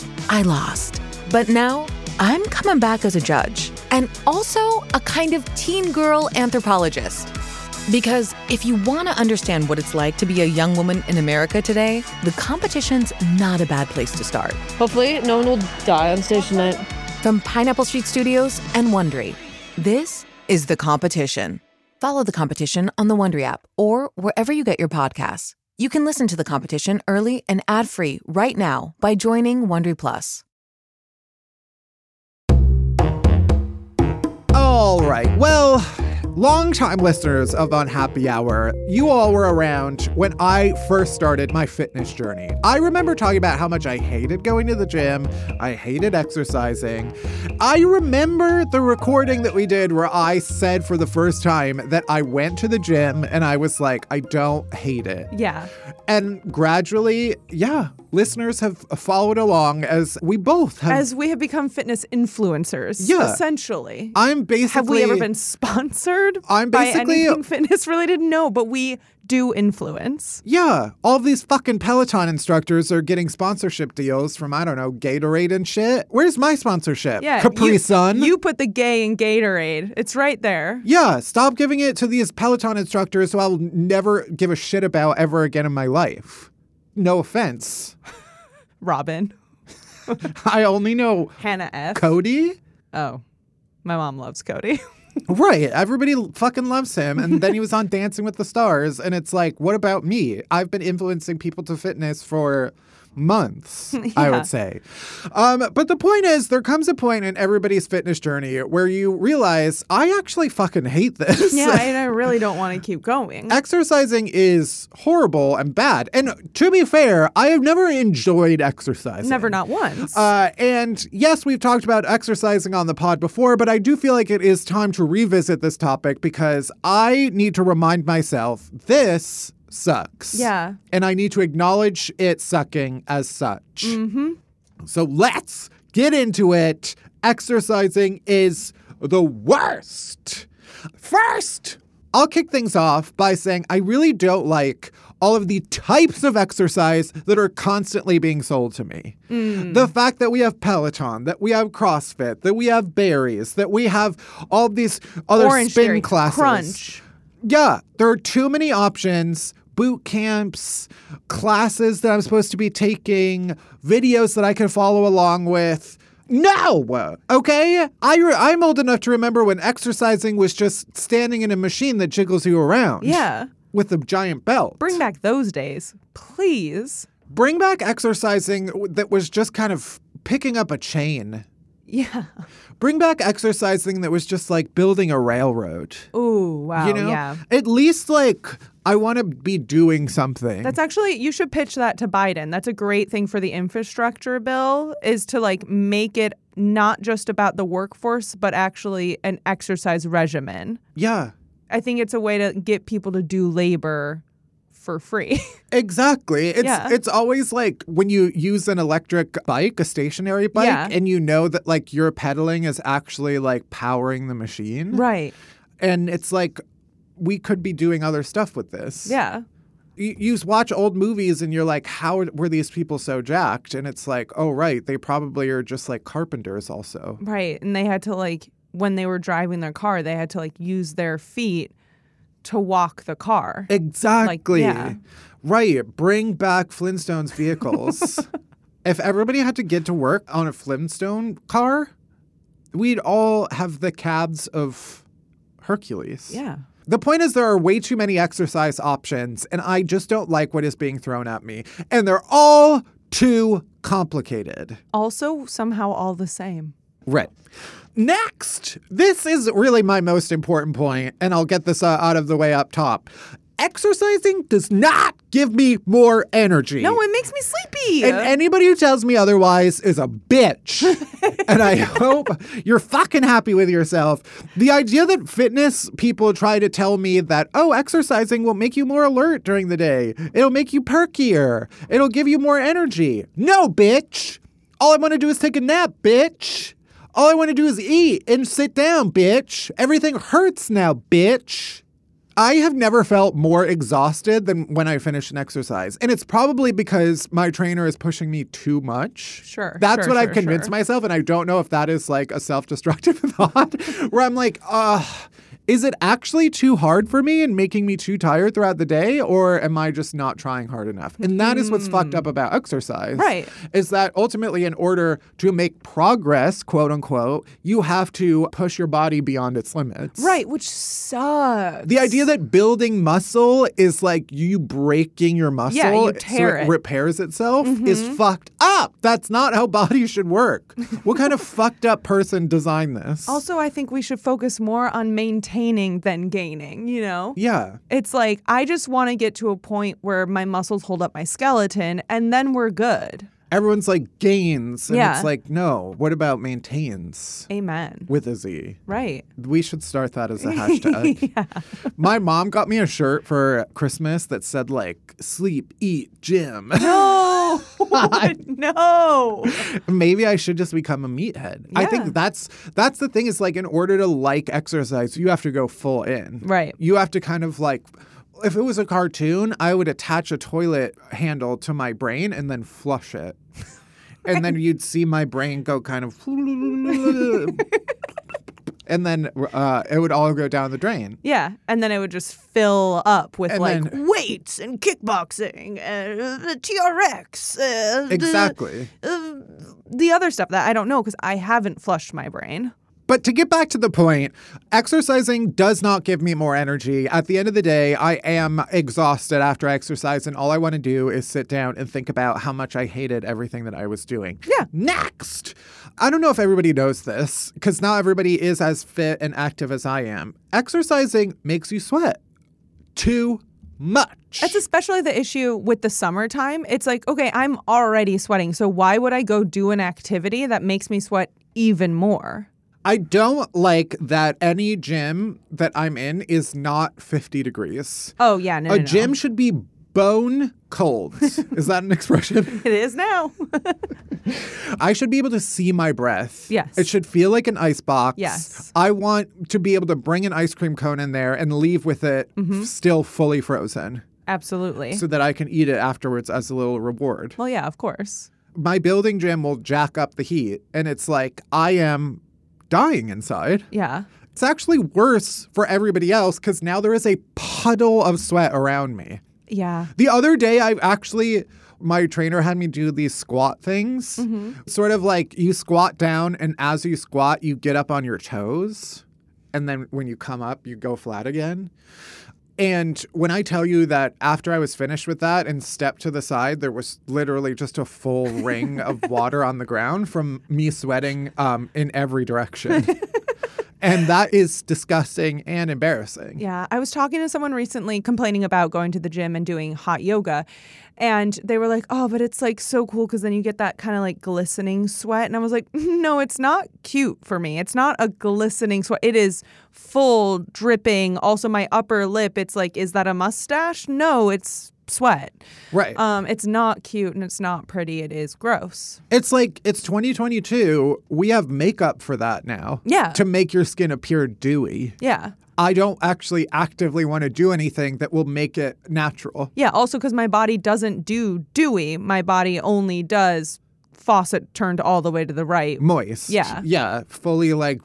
[SPEAKER 4] I lost. But now I'm coming back as a judge, and also a kind of teen girl anthropologist. Because if you want to understand what it's like to be a young woman in America today, the competition's not a bad place to start.
[SPEAKER 5] Hopefully, no one will die on stage tonight.
[SPEAKER 4] From Pineapple Street Studios and Wondery, this is The Competition. Follow The Competition on the Wondery app or wherever you get your podcasts. You can listen to The Competition early and ad-free right now by joining Wondery Plus.
[SPEAKER 1] All right. Well, longtime listeners of Unhappy Hour, you all were around when I first started my fitness journey. I remember talking about how much I hated going to the gym, I hated exercising. I remember the recording that we did where I said for the first time that I went to the gym and I was like, I don't hate it.
[SPEAKER 2] Yeah.
[SPEAKER 1] And gradually, yeah, listeners have followed along as we both have.
[SPEAKER 2] As we have become fitness influencers,
[SPEAKER 1] Yeah.
[SPEAKER 2] essentially.
[SPEAKER 1] I'm basically.
[SPEAKER 2] Have we ever been sponsored
[SPEAKER 1] I'm basically-
[SPEAKER 2] by anything fitness related? No, but we do influence.
[SPEAKER 1] Yeah, all these fucking Peloton instructors are getting sponsorship deals from I don't know Gatorade and shit. Where's my sponsorship?
[SPEAKER 2] Yeah,
[SPEAKER 1] Capri
[SPEAKER 2] you,
[SPEAKER 1] Sun.
[SPEAKER 2] You put the gay in Gatorade. It's right there.
[SPEAKER 1] yeah, stop giving it to these Peloton instructors who I'll never give a shit about ever again in my life. No offense,
[SPEAKER 2] Robin,
[SPEAKER 1] I only know
[SPEAKER 2] Hannah F.
[SPEAKER 1] Cody.
[SPEAKER 2] oh, my mom loves Cody.
[SPEAKER 1] Right, everybody l- fucking loves him, and then he was on Dancing with the Stars, and it's like, what about me? I've been influencing people to fitness for months, I would say. Um, but the point is, there comes a point in everybody's fitness journey where you realize, I actually fucking hate this.
[SPEAKER 2] yeah, and I really don't want to keep going.
[SPEAKER 1] Exercising is horrible and bad. And to be fair, I have never enjoyed exercising.
[SPEAKER 2] Never not once.
[SPEAKER 1] Uh, and yes, we've talked about exercising on the pod before, but I do feel like it is time to revisit this topic because I need to remind myself this sucks.
[SPEAKER 2] Yeah.
[SPEAKER 1] And I need to acknowledge it sucking as such. Mm-hmm. So let's get into it. Exercising is the worst. First, I'll kick things off by saying I really don't like all of the types of exercise that are constantly being sold to me.
[SPEAKER 2] Mm.
[SPEAKER 1] The fact that we have Peloton, that we have CrossFit, that we have berries, that we have all these other
[SPEAKER 2] Orange
[SPEAKER 1] spin
[SPEAKER 2] Theory,
[SPEAKER 1] classes.
[SPEAKER 2] Crunch.
[SPEAKER 1] Yeah, there are too many options. Boot camps, classes that I'm supposed to be taking, videos that I can follow along with. No, okay. I re- I'm old enough to remember when exercising was just standing in a machine that jiggles you around.
[SPEAKER 2] Yeah.
[SPEAKER 1] with a giant belt.
[SPEAKER 2] Bring back those days, please.
[SPEAKER 1] bring back exercising w- that was just kind of picking up a chain.
[SPEAKER 2] Yeah.
[SPEAKER 1] Bring back exercising that was just like building a railroad.
[SPEAKER 2] Ooh, wow.
[SPEAKER 1] you know,
[SPEAKER 2] Oh, Yeah.
[SPEAKER 1] at least like I want to be doing something.
[SPEAKER 2] That's actually you should pitch that to Biden. That's a great thing for the infrastructure bill is to like make it not just about the workforce but actually an exercise regimen.
[SPEAKER 1] yeah.
[SPEAKER 2] I think it's a way to get people to do labor for free.
[SPEAKER 1] Exactly. It's
[SPEAKER 2] Yeah.
[SPEAKER 1] it's always like when you use an electric bike, a stationary bike,
[SPEAKER 2] Yeah.
[SPEAKER 1] and you know that like your pedaling is actually like powering the machine.
[SPEAKER 2] right.
[SPEAKER 1] And it's like we could be doing other stuff with this.
[SPEAKER 2] Yeah.
[SPEAKER 1] You, you s- watch old movies and you're like, how were these people so jacked? And it's like, oh right, they probably are just like carpenters also.
[SPEAKER 2] Right. And they had to like when they were driving their car, they had to like use their feet to walk the car.
[SPEAKER 1] Exactly.
[SPEAKER 2] yeah.
[SPEAKER 1] Right. Bring back Flintstones vehicles. if everybody had to get to work on a Flintstone car, we'd all have the cabs of Hercules.
[SPEAKER 2] yeah.
[SPEAKER 1] The point is, there are way too many exercise options, and I just don't like what is being thrown at me. And they're all too complicated.
[SPEAKER 2] Also somehow all the same.
[SPEAKER 1] Right. Next, this is really my most important point, and I'll get this uh, out of the way up top. Exercising does not give me more energy.
[SPEAKER 2] No, it makes me sleepy.
[SPEAKER 1] and anybody who tells me otherwise is a bitch. and I hope you're fucking happy with yourself. The idea that fitness people try to tell me that, oh, exercising will make you more alert during the day, it'll make you perkier, it'll give you more energy. No, bitch. All I want to do is take a nap, bitch. All I want to do is eat and sit down, bitch. Everything hurts now, bitch. I have never felt more exhausted than when I finish an exercise. And it's probably because my trainer is pushing me too much.
[SPEAKER 2] Sure,
[SPEAKER 1] That's
[SPEAKER 2] sure,
[SPEAKER 1] what I've
[SPEAKER 2] sure,
[SPEAKER 1] convinced
[SPEAKER 2] sure.
[SPEAKER 1] myself. And I don't know if that is like a self destructive thought where I'm like, uh, is it actually too hard for me and making me too tired throughout the day? Or am I just not trying hard enough? And that is what's fucked up about exercise
[SPEAKER 2] Hmm. Right.
[SPEAKER 1] is that ultimately, in order to make progress, quote unquote, you have to push your body beyond its limits.
[SPEAKER 2] Right, which sucks.
[SPEAKER 1] The idea that building muscle is like you breaking your muscle
[SPEAKER 2] Yeah, you
[SPEAKER 1] so
[SPEAKER 2] tear
[SPEAKER 1] it,
[SPEAKER 2] it. Mm-hmm.
[SPEAKER 1] repairs itself is fucked up. That's not how bodies should work. What kind of fucked up person designed this?
[SPEAKER 2] Also, I think we should focus more on maintaining than gaining, you know?
[SPEAKER 1] yeah.
[SPEAKER 2] It's like, I just want to get to a point where my muscles hold up my skeleton and then we're good.
[SPEAKER 1] Everyone's like gains. And
[SPEAKER 2] Yeah.
[SPEAKER 1] it's like, no, what about maintains
[SPEAKER 2] Amen.
[SPEAKER 1] with a Z?
[SPEAKER 2] Right.
[SPEAKER 1] We should start that as a hashtag. My mom got me a shirt for Christmas that said like sleep, eat, gym.
[SPEAKER 2] No. no.
[SPEAKER 1] Maybe I should just become a meathead. I
[SPEAKER 2] Yeah.
[SPEAKER 1] think that's that's the thing is like in order to like exercise, you have to go full in.
[SPEAKER 2] Right.
[SPEAKER 1] You have to kind of like if it was a cartoon, I would attach a toilet handle to my brain and then flush it. And then you'd see my brain go kind of and then uh, it would all go down the drain.
[SPEAKER 2] Yeah. And then it would just fill up with
[SPEAKER 1] And
[SPEAKER 2] like
[SPEAKER 1] then-
[SPEAKER 2] weights and kickboxing and uh, the TRX. Uh, the-
[SPEAKER 1] Exactly.
[SPEAKER 2] uh, the other stuff that I don't know because I haven't flushed my brain.
[SPEAKER 1] But to get back to the point, exercising does not give me more energy. At the end of the day, I am exhausted after exercise, and all I want to do is sit down and think about how much I hated everything that I was doing.
[SPEAKER 2] Yeah.
[SPEAKER 1] Next! I don't know if everybody knows this, because not everybody is as fit and active as I am. Exercising makes you sweat too much.
[SPEAKER 2] That's especially the issue with the summertime. It's like, okay, I'm already sweating. So why would I go do an activity that makes me sweat even more?
[SPEAKER 1] I don't like that any gym that I'm in is not 50 degrees.
[SPEAKER 2] Oh, yeah. No,
[SPEAKER 1] a
[SPEAKER 2] no, no.
[SPEAKER 1] gym should be bone cold. Is that an expression?
[SPEAKER 2] It is now.
[SPEAKER 1] I should be able to see my breath.
[SPEAKER 2] Yes.
[SPEAKER 1] It should feel like an ice box.
[SPEAKER 2] Yes.
[SPEAKER 1] I want to be able to bring an ice cream cone in there and leave with it
[SPEAKER 2] Mm-hmm.
[SPEAKER 1] f- still fully frozen
[SPEAKER 2] Absolutely.
[SPEAKER 1] so that I can eat it afterwards as a little reward.
[SPEAKER 2] well, yeah, of course.
[SPEAKER 1] My building gym will jack up the heat, and it's like I am dying inside.
[SPEAKER 2] Yeah.
[SPEAKER 1] It's actually worse for everybody else because now there is a puddle of sweat around me.
[SPEAKER 2] Yeah.
[SPEAKER 1] The other day, I actually, my trainer had me do these squat things.
[SPEAKER 2] Mm-hmm.
[SPEAKER 1] Sort of like you squat down, and as you squat, you get up on your toes. And then when you come up, you go flat again. And when I tell you that after I was finished with that and stepped to the side, there was literally just a full ring of water on the ground from me sweating um, in every direction. and that is disgusting and embarrassing.
[SPEAKER 2] Yeah, I was talking to someone recently complaining about going to the gym and doing hot yoga. And they were like, oh, but it's like so cool because then you get that kind of like glistening sweat. And I was like, no, it's not cute for me. It's not a glistening sweat. It is full dripping. Also, my upper lip, it's like, is that a mustache? No, it's sweat.
[SPEAKER 1] Right.
[SPEAKER 2] Um, it's not cute and it's not pretty. It is gross.
[SPEAKER 1] It's like it's 2022. We have makeup for that now.
[SPEAKER 2] Yeah.
[SPEAKER 1] To make your skin appear dewy.
[SPEAKER 2] Yeah.
[SPEAKER 1] I don't actually actively want to do anything that will make it natural.
[SPEAKER 2] Yeah, also because my body doesn't do dewy, my body only does faucet turned all the way to the right.
[SPEAKER 1] Moist.
[SPEAKER 2] Yeah.
[SPEAKER 1] Yeah. Fully like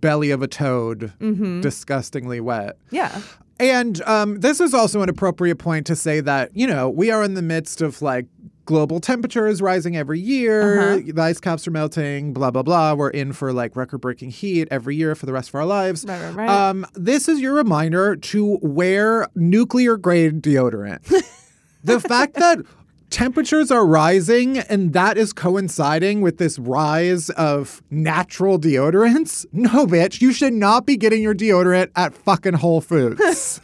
[SPEAKER 1] belly of a toad,
[SPEAKER 2] Mm-hmm.
[SPEAKER 1] disgustingly wet.
[SPEAKER 2] Yeah.
[SPEAKER 1] And um, this is also an appropriate point to say that, you know, we are in the midst of like global temperatures rising every year,
[SPEAKER 2] Uh-huh.
[SPEAKER 1] the ice caps are melting, blah, blah, blah. We're in for like record breaking heat every year for the rest of our lives.
[SPEAKER 2] Right, right, right.
[SPEAKER 1] Um, this is your reminder to wear nuclear grade deodorant. the fact that temperatures are rising and that is coinciding with this rise of natural deodorants no bitch you should not be getting your deodorant at fucking whole foods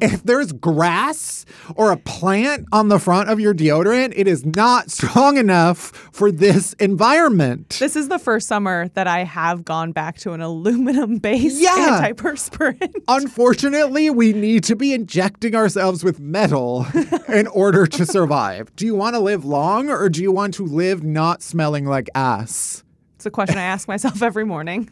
[SPEAKER 1] if there's grass or a plant on the front of your deodorant it is not strong enough for this environment
[SPEAKER 2] This is the first summer that I have gone back to an aluminum based
[SPEAKER 1] Yeah.
[SPEAKER 2] antiperspirant.
[SPEAKER 1] Unfortunately, we need to be injecting ourselves with metal in order to survive. Do you want to live long or do you want to live not smelling like ass?
[SPEAKER 2] It's the question I ask myself every morning.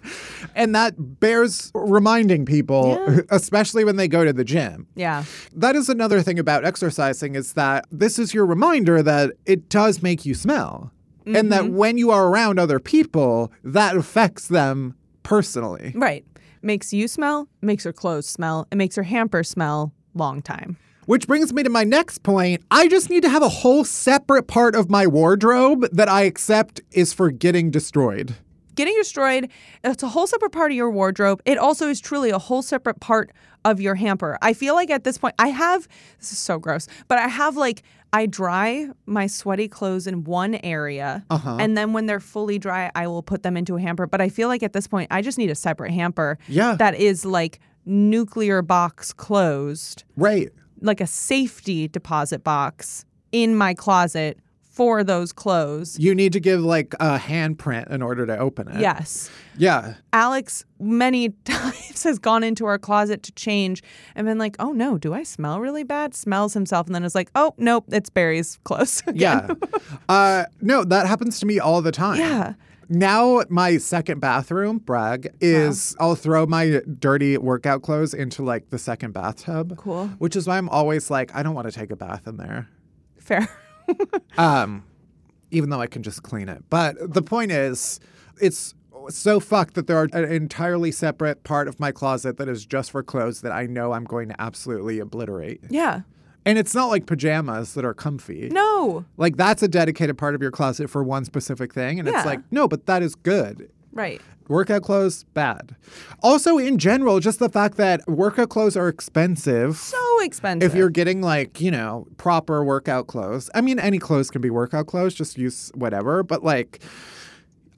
[SPEAKER 1] And that bears reminding people, especially when they go to the gym.
[SPEAKER 2] Yeah.
[SPEAKER 1] That is another thing about exercising is that this is your reminder that it does make you smell. And that when you are around other people, that affects them personally.
[SPEAKER 2] Right. Makes you smell, makes your clothes smell, it makes your hamper smell long time.
[SPEAKER 1] Which brings me to my next point. I just need to have a whole separate part of my wardrobe that I accept is for getting destroyed.
[SPEAKER 2] Getting destroyed, it's a whole separate part of your wardrobe. It also is truly a whole separate part of your hamper. I feel like at this point, I have this is so gross, but I have like, I dry my sweaty clothes in one area. And then when they're fully dry, I will put them into a hamper. But I feel like at this point, I just need a separate hamper
[SPEAKER 1] Yeah.
[SPEAKER 2] that is like nuclear box closed.
[SPEAKER 1] Right.
[SPEAKER 2] like a safety deposit box in my closet for those clothes.
[SPEAKER 1] You need to give like a handprint in order to open it.
[SPEAKER 2] Yes.
[SPEAKER 1] Yeah.
[SPEAKER 2] Alex many times has gone into our closet to change and been like, oh no, do I smell really bad? Smells himself and then is like, oh nope, it's Barry's clothes.
[SPEAKER 1] Yeah. uh, no, that happens to me all the time.
[SPEAKER 2] Yeah.
[SPEAKER 1] Now my second bathroom brag is I'll throw my dirty workout clothes into like the second bathtub.
[SPEAKER 2] Cool.
[SPEAKER 1] Which is why I'm always like I don't want to take a bath in there.
[SPEAKER 2] Fair.
[SPEAKER 1] Um even though I can just clean it. But the point is it's so fucked that there are an entirely separate part of my closet that is just for clothes that I know I'm going to absolutely obliterate.
[SPEAKER 2] Yeah.
[SPEAKER 1] And it's not like pajamas that are comfy.
[SPEAKER 2] No.
[SPEAKER 1] Like that's a dedicated part of your closet for one specific thing. And
[SPEAKER 2] Yeah.
[SPEAKER 1] it's like, no, but that is good.
[SPEAKER 2] Right.
[SPEAKER 1] Workout clothes, bad. Also, in general, just the fact that workout clothes are expensive.
[SPEAKER 2] So expensive.
[SPEAKER 1] if you're getting like, you know, proper workout clothes, I mean, any clothes can be workout clothes, just use whatever. But like,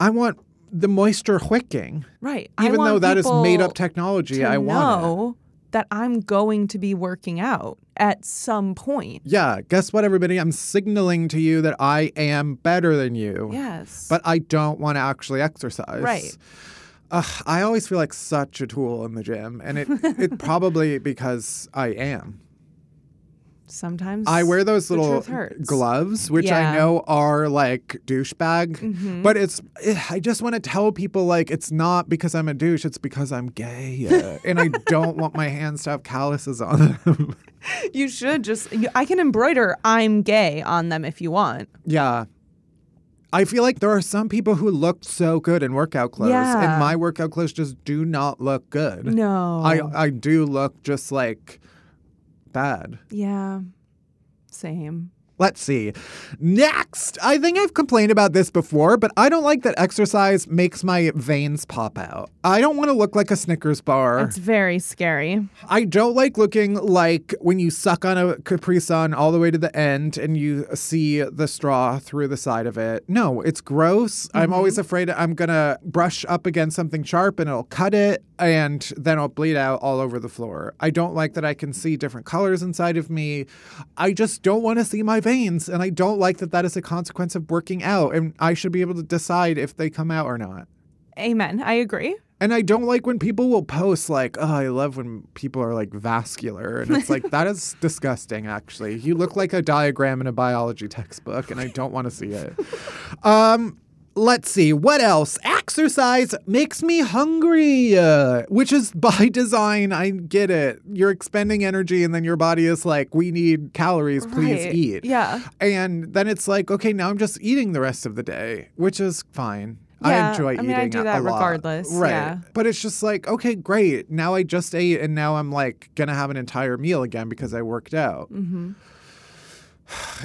[SPEAKER 1] I want the moisture wicking.
[SPEAKER 2] right. I
[SPEAKER 1] Even though
[SPEAKER 2] want
[SPEAKER 1] that is made up
[SPEAKER 2] people
[SPEAKER 1] technology,
[SPEAKER 2] to
[SPEAKER 1] I want. it.
[SPEAKER 2] know that I'm going to be working out at some point.
[SPEAKER 1] Yeah, guess what, everybody? I'm signaling to you that I am better than you.
[SPEAKER 2] Yes.
[SPEAKER 1] but I don't want to actually exercise.
[SPEAKER 2] Right.
[SPEAKER 1] Ugh, I always feel like such a tool in the gym, and it it probably because I am.
[SPEAKER 2] sometimes
[SPEAKER 1] I wear those
[SPEAKER 2] the
[SPEAKER 1] little
[SPEAKER 2] truth hurts.
[SPEAKER 1] gloves, which
[SPEAKER 2] Yeah. Mm-hmm.
[SPEAKER 1] I know are like douchebag, but it's eh, I just want to tell people like it's not because I'm a douche; it's because I'm gay, uh, and I don't want my hands to have calluses on them.
[SPEAKER 2] You should just. You, I can embroider "I'm gay" on them if you want.
[SPEAKER 1] Yeah. I feel like there are some people who look so good in workout clothes,
[SPEAKER 2] Yeah.
[SPEAKER 1] and my workout clothes just do not look good.
[SPEAKER 2] No.
[SPEAKER 1] I, I do look just like bad.
[SPEAKER 2] yeah. Same.
[SPEAKER 1] Let's see. Next, I think I've complained about this before, but I don't like that exercise makes my veins pop out. I don't want to look like a Snickers bar.
[SPEAKER 2] It's very scary.
[SPEAKER 1] I don't like looking like when you suck on a Capri Sun all the way to the end and you see the straw through the side of it. No, it's gross. I'm always afraid I'm going to brush up against something sharp and it'll cut it and then I'll bleed out all over the floor. I don't like that I can see different colors inside of me. I just don't want to see my veins and I don't like that that is a consequence of working out and I should be able to decide if they come out or not.
[SPEAKER 2] Amen. I agree.
[SPEAKER 1] And I don't like when people will post like, "Oh, I love when people are like vascular," and it's like that is disgusting. Actually, you look like a diagram in a biology textbook, and I don't want to see it. Um, let's see what else. Exercise makes me hungry, uh, which is by design. I get it. You're expending energy, and then your body is like, "We need calories. Please
[SPEAKER 2] Right.
[SPEAKER 1] eat."
[SPEAKER 2] Yeah.
[SPEAKER 1] And then it's like, okay, now I'm just eating the rest of the day, which is fine. I
[SPEAKER 2] Yeah,
[SPEAKER 1] enjoy
[SPEAKER 2] I mean,
[SPEAKER 1] eating.
[SPEAKER 2] I do
[SPEAKER 1] a- a
[SPEAKER 2] that
[SPEAKER 1] lot.
[SPEAKER 2] regardless,
[SPEAKER 1] Right.
[SPEAKER 2] yeah.
[SPEAKER 1] But it's just like, okay, great. Now I just ate and now I'm like going to have an entire meal again because I worked out. Mm-hmm.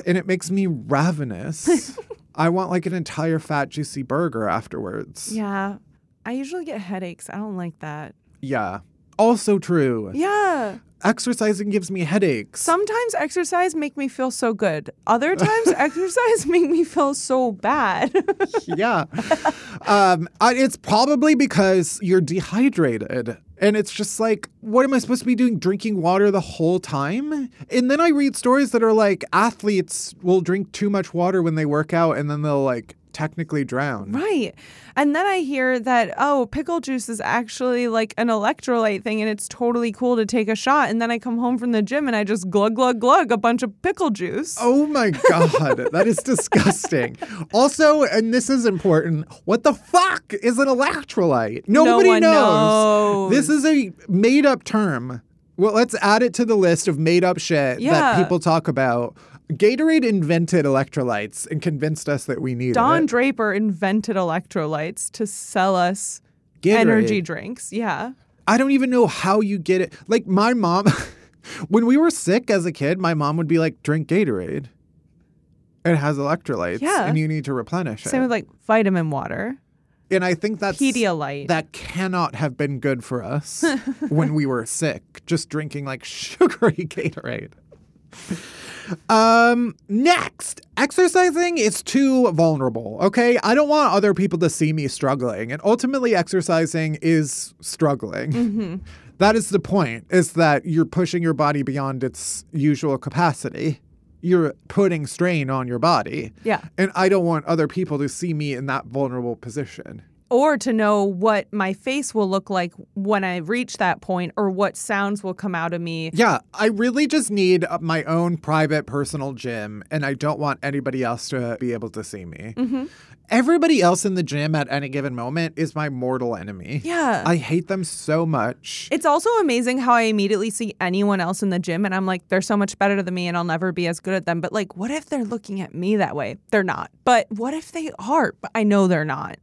[SPEAKER 1] And it makes me ravenous. I want like an entire fat, juicy burger afterwards.
[SPEAKER 2] Yeah. I usually get headaches. I don't like that.
[SPEAKER 1] Yeah. Also true.
[SPEAKER 2] Yeah.
[SPEAKER 1] Exercising gives me headaches.
[SPEAKER 2] Sometimes exercise make me feel so good. Other times exercise make me feel so bad.
[SPEAKER 1] yeah. Um, I, it's probably because you're dehydrated. And it's just like, what am I supposed to be doing? Drinking water the whole time? And then I read stories that are like athletes will drink too much water when they work out and then they'll like technically drown.
[SPEAKER 2] Right. And then I hear that, oh, pickle juice is actually like an electrolyte thing and it's totally cool to take a shot. And then I come home from the gym and I just glug, glug, glug a bunch of pickle juice.
[SPEAKER 1] Oh my God, that is disgusting. Also, and this is important, what the fuck is an electrolyte? Nobody
[SPEAKER 2] one
[SPEAKER 1] knows.
[SPEAKER 2] knows.
[SPEAKER 1] This is a made up term. Well, let's add it to the list of made up shit that
[SPEAKER 2] Yeah.
[SPEAKER 1] people talk about. Gatorade invented electrolytes and convinced us that we needed
[SPEAKER 2] Don
[SPEAKER 1] it.
[SPEAKER 2] Draper invented electrolytes to sell us
[SPEAKER 1] Gatorade.
[SPEAKER 2] energy drinks. Yeah.
[SPEAKER 1] I don't even know how you get it. Like my mom, when we were sick as a kid, my mom would be like, "Drink Gatorade. It has electrolytes,
[SPEAKER 2] Yeah.
[SPEAKER 1] and you need to replenish
[SPEAKER 2] Same
[SPEAKER 1] it."
[SPEAKER 2] with like vitamin water.
[SPEAKER 1] and I think that's
[SPEAKER 2] Pedialyte.
[SPEAKER 1] That cannot have been good for us when we were sick, just drinking like sugary Gatorade. Um, next, exercising is too vulnerable. Okay. I don't want other people to see me struggling. And ultimately, exercising is struggling.
[SPEAKER 2] Mm-hmm.
[SPEAKER 1] That is the point, is that you're pushing your body beyond its usual capacity. You're putting strain on your body.
[SPEAKER 2] Yeah.
[SPEAKER 1] And I don't want other people to see me in that vulnerable position.
[SPEAKER 2] or to know what my face will look like when I reach that point or what sounds will come out of me.
[SPEAKER 1] Yeah, I really just need uh, my own private personal gym, and I don't want anybody else to be able to see me.
[SPEAKER 2] Mm-hmm.
[SPEAKER 1] Everybody else in the gym at any given moment is my mortal enemy.
[SPEAKER 2] Yeah.
[SPEAKER 1] I hate them so much.
[SPEAKER 2] It's also amazing how I immediately see anyone else in the gym and I'm like, they're so much better than me and I'll never be as good at them. But like, what if they're looking at me that way? They're not. But what if they are? But I know they're not.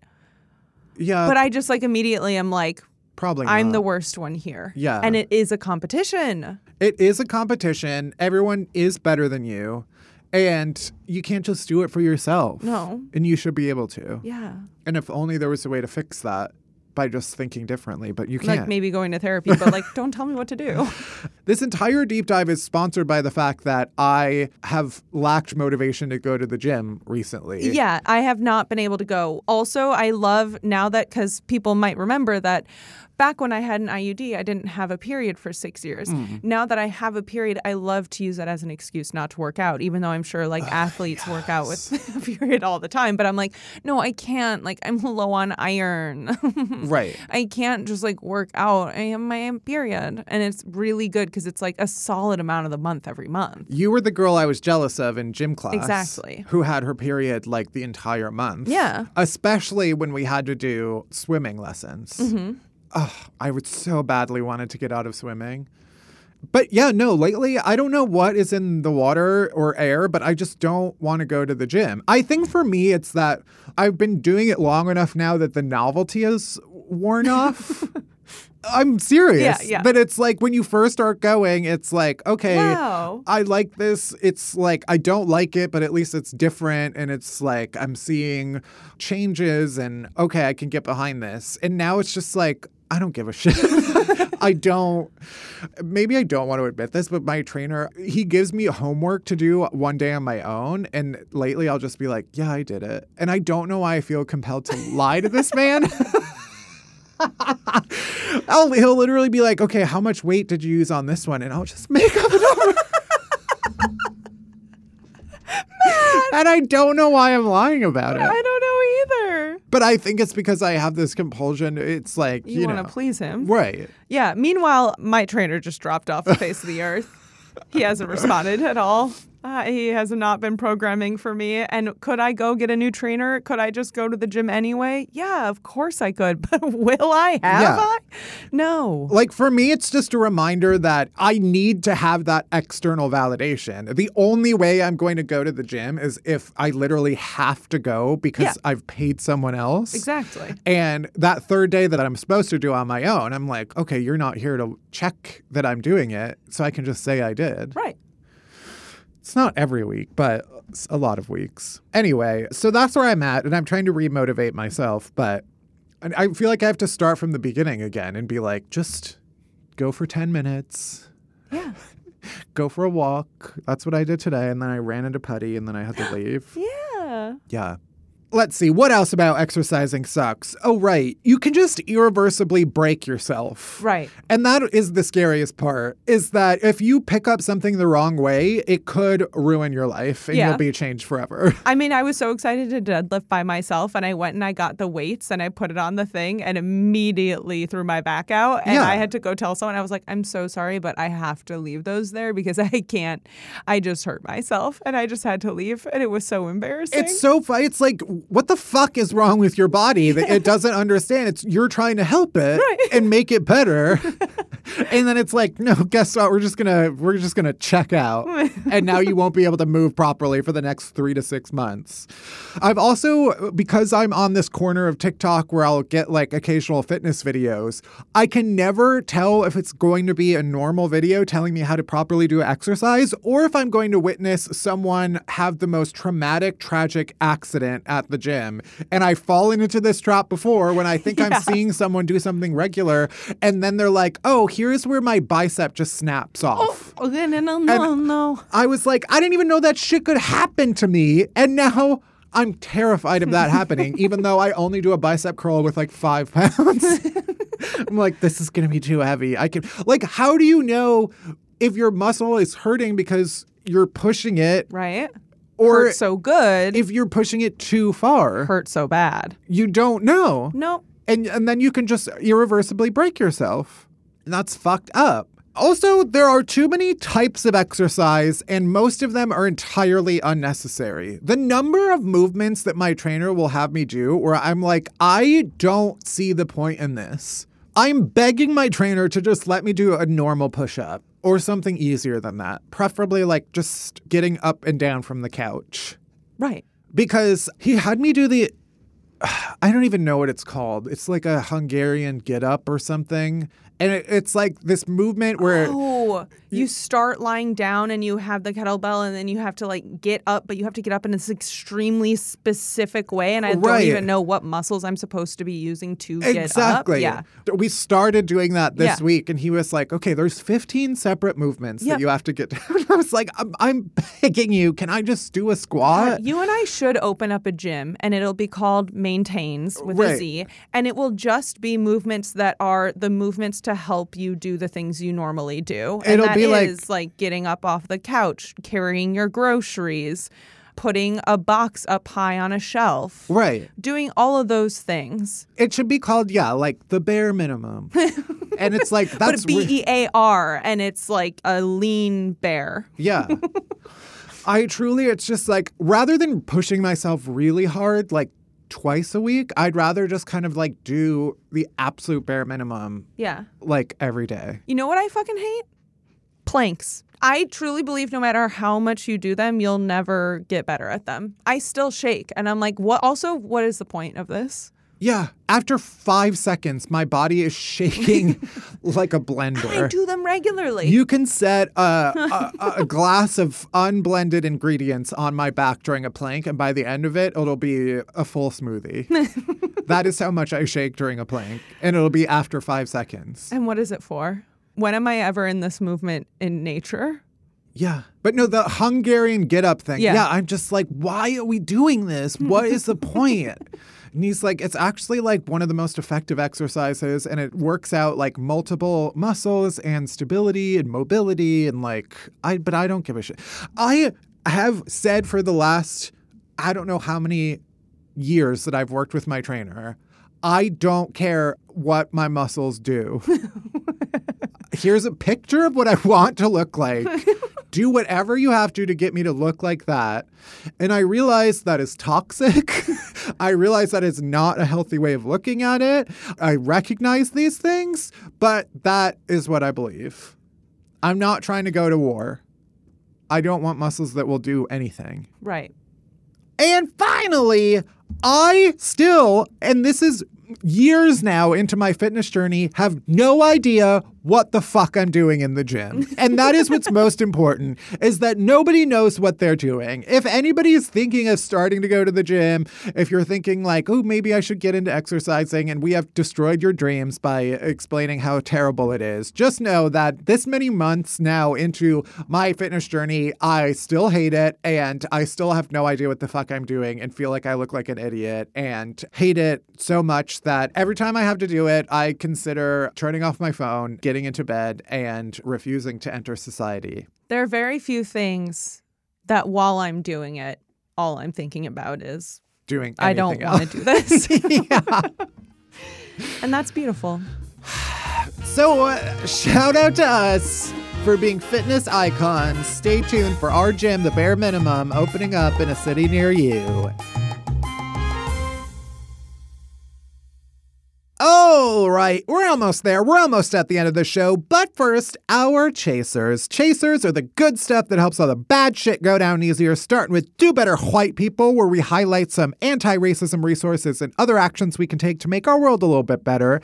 [SPEAKER 1] yeah,
[SPEAKER 2] But I just like immediately am like,
[SPEAKER 1] probably
[SPEAKER 2] I'm
[SPEAKER 1] not.
[SPEAKER 2] the worst one here.
[SPEAKER 1] uh, Yeah.
[SPEAKER 2] And it is a competition.
[SPEAKER 1] It is a competition. Everyone is better than you, and you can't just do it for yourself.
[SPEAKER 2] No.
[SPEAKER 1] and you should be able to.
[SPEAKER 2] Yeah.
[SPEAKER 1] And if only there was a way to fix that by just thinking differently, but you can't.
[SPEAKER 2] Like maybe going to therapy, but like, don't tell me what to do.
[SPEAKER 1] This entire deep dive is sponsored by the fact that I have lacked motivation to go to the gym recently.
[SPEAKER 2] Yeah, I have not been able to go. Also, I love now that because people might remember that back when I had an IUD, I didn't have a period for six years. Now that I have a period, I love to use that as an excuse not to work out, even though I'm sure like athletes work out with a period all the time. But I'm like, no, I can't. Like, I'm low on iron.
[SPEAKER 1] Right.
[SPEAKER 2] I can't just like work out. I am my period. And it's really good because it's like a solid amount of the month every month.
[SPEAKER 1] You were the girl I was jealous of in gym class.
[SPEAKER 2] Exactly.
[SPEAKER 1] Who had her period like the entire month.
[SPEAKER 2] Yeah.
[SPEAKER 1] Especially when we had to do swimming lessons. Mm-hmm. I would so badly wanted to get out of swimming. But yeah, no, lately I don't know what is in the water or air, but I just don't want to go to the gym. I think for me, it's that I've been doing it long enough now that the novelty has worn off. I'm serious.
[SPEAKER 2] Yeah, yeah.
[SPEAKER 1] But it's like when you first start going, it's like, okay,
[SPEAKER 2] Wow.
[SPEAKER 1] I like this. It's like, I don't like it, but at least it's different. And it's like, I'm seeing changes and okay, I can get behind this. And now it's just like, I don't give a shit. I don't, maybe I don't want to admit this, but my trainer, he gives me homework to do one day on my own. And lately I'll just be like, yeah, I did it. And I don't know why I feel compelled to lie to this man. I'll, he'll literally be like, okay, how much weight did you use on this one? And I'll just make up a number. and I don't know why I'm lying about
[SPEAKER 2] I
[SPEAKER 1] it.
[SPEAKER 2] don't know either.
[SPEAKER 1] But I think it's because I have this compulsion. It's like, you,
[SPEAKER 2] You,
[SPEAKER 1] know.
[SPEAKER 2] want to please him.
[SPEAKER 1] Right.
[SPEAKER 2] Yeah. Meanwhile, my trainer just dropped off the face of the earth. He hasn't responded at all. Uh, he has not been programming for me. And could I go get a new trainer? Could I just go to the gym anyway? Yeah, of course I could. But will I? Have
[SPEAKER 1] Yeah.
[SPEAKER 2] I? No.
[SPEAKER 1] Like for me, it's just a reminder that I need to have that external validation. The only way I'm going to go to the gym is if I literally have to go because
[SPEAKER 2] Yeah.
[SPEAKER 1] I've paid someone else.
[SPEAKER 2] Exactly.
[SPEAKER 1] And that third day that I'm supposed to do on my own, I'm like, okay, you're not here to check that I'm doing it. So I can just say I did.
[SPEAKER 2] Right.
[SPEAKER 1] It's not every week, but it's a lot of weeks. Anyway, so that's where I'm at. And I'm trying to remotivate myself. But and I feel like I have to start from the beginning again and be like, just go for 10 minutes.
[SPEAKER 2] Yeah.
[SPEAKER 1] Go for a walk. That's what I did today. And then I ran into Putty and then I had to leave.
[SPEAKER 2] Yeah.
[SPEAKER 1] Yeah. Let's see, what else about exercising sucks? Oh, right. You can just irreversibly break yourself.
[SPEAKER 2] Right.
[SPEAKER 1] And that is the scariest part is that if you pick up something the wrong way, it could ruin your life and
[SPEAKER 2] Yeah.
[SPEAKER 1] you'll be changed forever.
[SPEAKER 2] I mean, I was so excited to deadlift by myself, and I went and I got the weights and I put it on the thing and immediately threw my back out. And
[SPEAKER 1] Yeah.
[SPEAKER 2] I had to go tell someone, I was like, I'm so sorry, but I have to leave those there because I can't. I just hurt myself and I just had to leave. And it was so embarrassing.
[SPEAKER 1] It's so funny. It's like, what the fuck is wrong with your body that it doesn't understand? It's you're trying to help it and make it better, and then it's like, no, guess what? We're just gonna we're just gonna check out, and now you won't be able to move properly for the next three to six months. I've also because I'm on this corner of TikTok where I'll get like occasional fitness videos. I can never tell if it's going to be a normal video telling me how to properly do exercise or if I'm going to witness someone have the most traumatic, tragic accident at the gym. And I've fallen into this trap before when I think I'm seeing someone do something regular and then they're like, oh, here's where my bicep just snaps off.
[SPEAKER 2] Oh, no, no, no, no.
[SPEAKER 1] I was like, I didn't even know that shit could happen to me. And now I'm terrified of that happening, even though I only do a bicep curl with like five pounds. I'm like, this is going to be too heavy. I can, like, how do you know if your muscle is hurting because you're pushing it
[SPEAKER 2] Right?
[SPEAKER 1] or
[SPEAKER 2] hurt so good,
[SPEAKER 1] if you're pushing it too far?
[SPEAKER 2] hurt so bad.
[SPEAKER 1] You don't know
[SPEAKER 2] No.
[SPEAKER 1] and and then you can just irreversibly break yourself. And that's fucked up. Also, there are too many types of exercise, and most of them are entirely unnecessary. The number of movements that my trainer will have me do, where I'm like, I don't see the point in this. I'm begging my trainer to just let me do a normal push up or something easier than that, preferably like just getting up and down from the couch
[SPEAKER 2] Right.
[SPEAKER 1] because he had me do the I don't even know what it's called. It's like a Hungarian get up or something. And it, it's like this movement where
[SPEAKER 2] Oh, you start lying down and you have the kettlebell, and then you have to like get up, but you have to get up in this extremely specific way. And I don't
[SPEAKER 1] Right.
[SPEAKER 2] even know what muscles I'm supposed to be using to get
[SPEAKER 1] exactly.
[SPEAKER 2] up.
[SPEAKER 1] We started doing that this
[SPEAKER 2] Yeah.
[SPEAKER 1] week and he was like, "Okay, there's 15 separate movements
[SPEAKER 2] Yep.
[SPEAKER 1] that you have to get down." I was like, I'm, "I'm begging you, can I just do a
[SPEAKER 2] Yeah.
[SPEAKER 1] squat?"
[SPEAKER 2] You and I should open up a gym and it'll be called Maintains with a
[SPEAKER 1] Right.
[SPEAKER 2] Z. And it will just be movements that are the movements to help you do the things you normally do. And
[SPEAKER 1] It'll
[SPEAKER 2] that
[SPEAKER 1] be like-
[SPEAKER 2] is, like getting up off the couch, carrying your groceries, putting a box up high on a shelf.
[SPEAKER 1] Right.
[SPEAKER 2] doing all of those things.
[SPEAKER 1] It should be called, yeah, like the bare minimum. and it's like that's
[SPEAKER 2] but B
[SPEAKER 1] re-
[SPEAKER 2] E A R, and it's like a lean bear.
[SPEAKER 1] Yeah. I truly, it's just like rather than pushing myself really hard, like twice a week, I'd rather just kind of like do the absolute bare minimum,
[SPEAKER 2] Yeah.
[SPEAKER 1] like every day.
[SPEAKER 2] You know what I fucking hate? Planks. I truly believe no matter how much you do them, you'll never get better at them. I still shake, and I'm like, what? Also, what is the point of this?
[SPEAKER 1] Yeah. After five seconds, my body is shaking like a blender.
[SPEAKER 2] I do them regularly.
[SPEAKER 1] You can set a, a, a- a glass of unblended ingredients on my back during a plank, and by the end of it, it'll be a full smoothie. that is how much I shake during a plank, and it'll be after five seconds.
[SPEAKER 2] and what is it for? When am I ever in this movement in nature?
[SPEAKER 1] Yeah. But no, the Hungarian get up thing.
[SPEAKER 2] Yeah.
[SPEAKER 1] Yeah. I'm just like, why are we doing this? What is the point? And he's like, it's actually like one of the most effective exercises, and it works out like multiple muscles and stability and mobility. And like, I, but I don't give a shit. I have said for the last, I don't know how many years that I've worked with my trainer, I don't care what my muscles do. Here's a picture of what I want to look like. do whatever you have to to get me to look like that. And I realize that is toxic. I realize that is not a healthy way of looking at it. I recognize these things, but that is what I believe. I'm not trying to go to war. I don't want muscles that will do anything.
[SPEAKER 2] Right.
[SPEAKER 1] And finally, I still, and this is years now into my fitness journey, have no idea what the fuck I'm doing in the gym. And that is what's most important is that nobody knows what they're doing. If anybody is thinking of starting to go to the gym, if you're thinking like, "Oh, maybe I should get into exercising," and we have destroyed your dreams by explaining how terrible it is, just know that this many months now into my fitness journey, I still hate it and I still have no idea what the fuck I'm doing and feel like I look like an idiot and hate it so much that every time I have to do it, I consider turning off my phone, getting into bed, and refusing to enter society.
[SPEAKER 2] There are very few things that while I'm doing it, all I'm thinking about is
[SPEAKER 1] Doing
[SPEAKER 2] I don't
[SPEAKER 1] anything
[SPEAKER 2] want to
[SPEAKER 1] else.
[SPEAKER 2] do this. And that's beautiful.
[SPEAKER 1] So, uh, shout out to us for being fitness icons. Stay tuned for our gym, The Bare Minimum, opening up in a city near you. All Oh, right, we're almost there. We're almost at the end of the show. But first, our chasers. Chasers are the good stuff that helps all the bad shit go down easier, starting with Do Better White People, where we highlight some anti racism resources and other actions we can take to make our world a little bit better.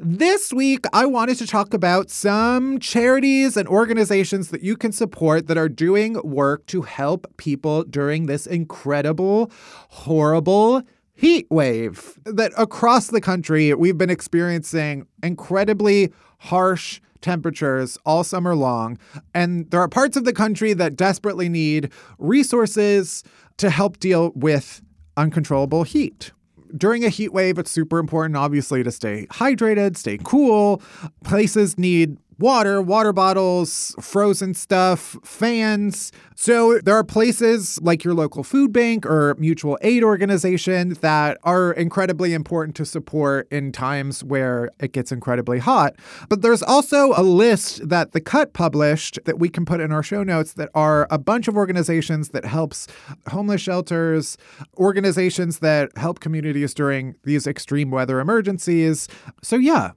[SPEAKER 1] This week, I wanted to talk about some charities and organizations that you can support that are doing work to help people during this incredible, horrible, heat wave that across the country we've been experiencing incredibly harsh temperatures all summer long and there are parts of the country that desperately need resources to help deal with uncontrollable heat during a heat wave, it's super important, obviously, to stay hydrated, stay cool. Places need water, water bottles, frozen stuff, fans. So there are places like your local food bank or mutual aid organization that are incredibly important to support in times where it gets incredibly hot. But there's also a list that The Cut published that we can put in our show notes that are a bunch of organizations that helps homeless shelters, organizations that help communities during these extreme weather emergencies. So yeah,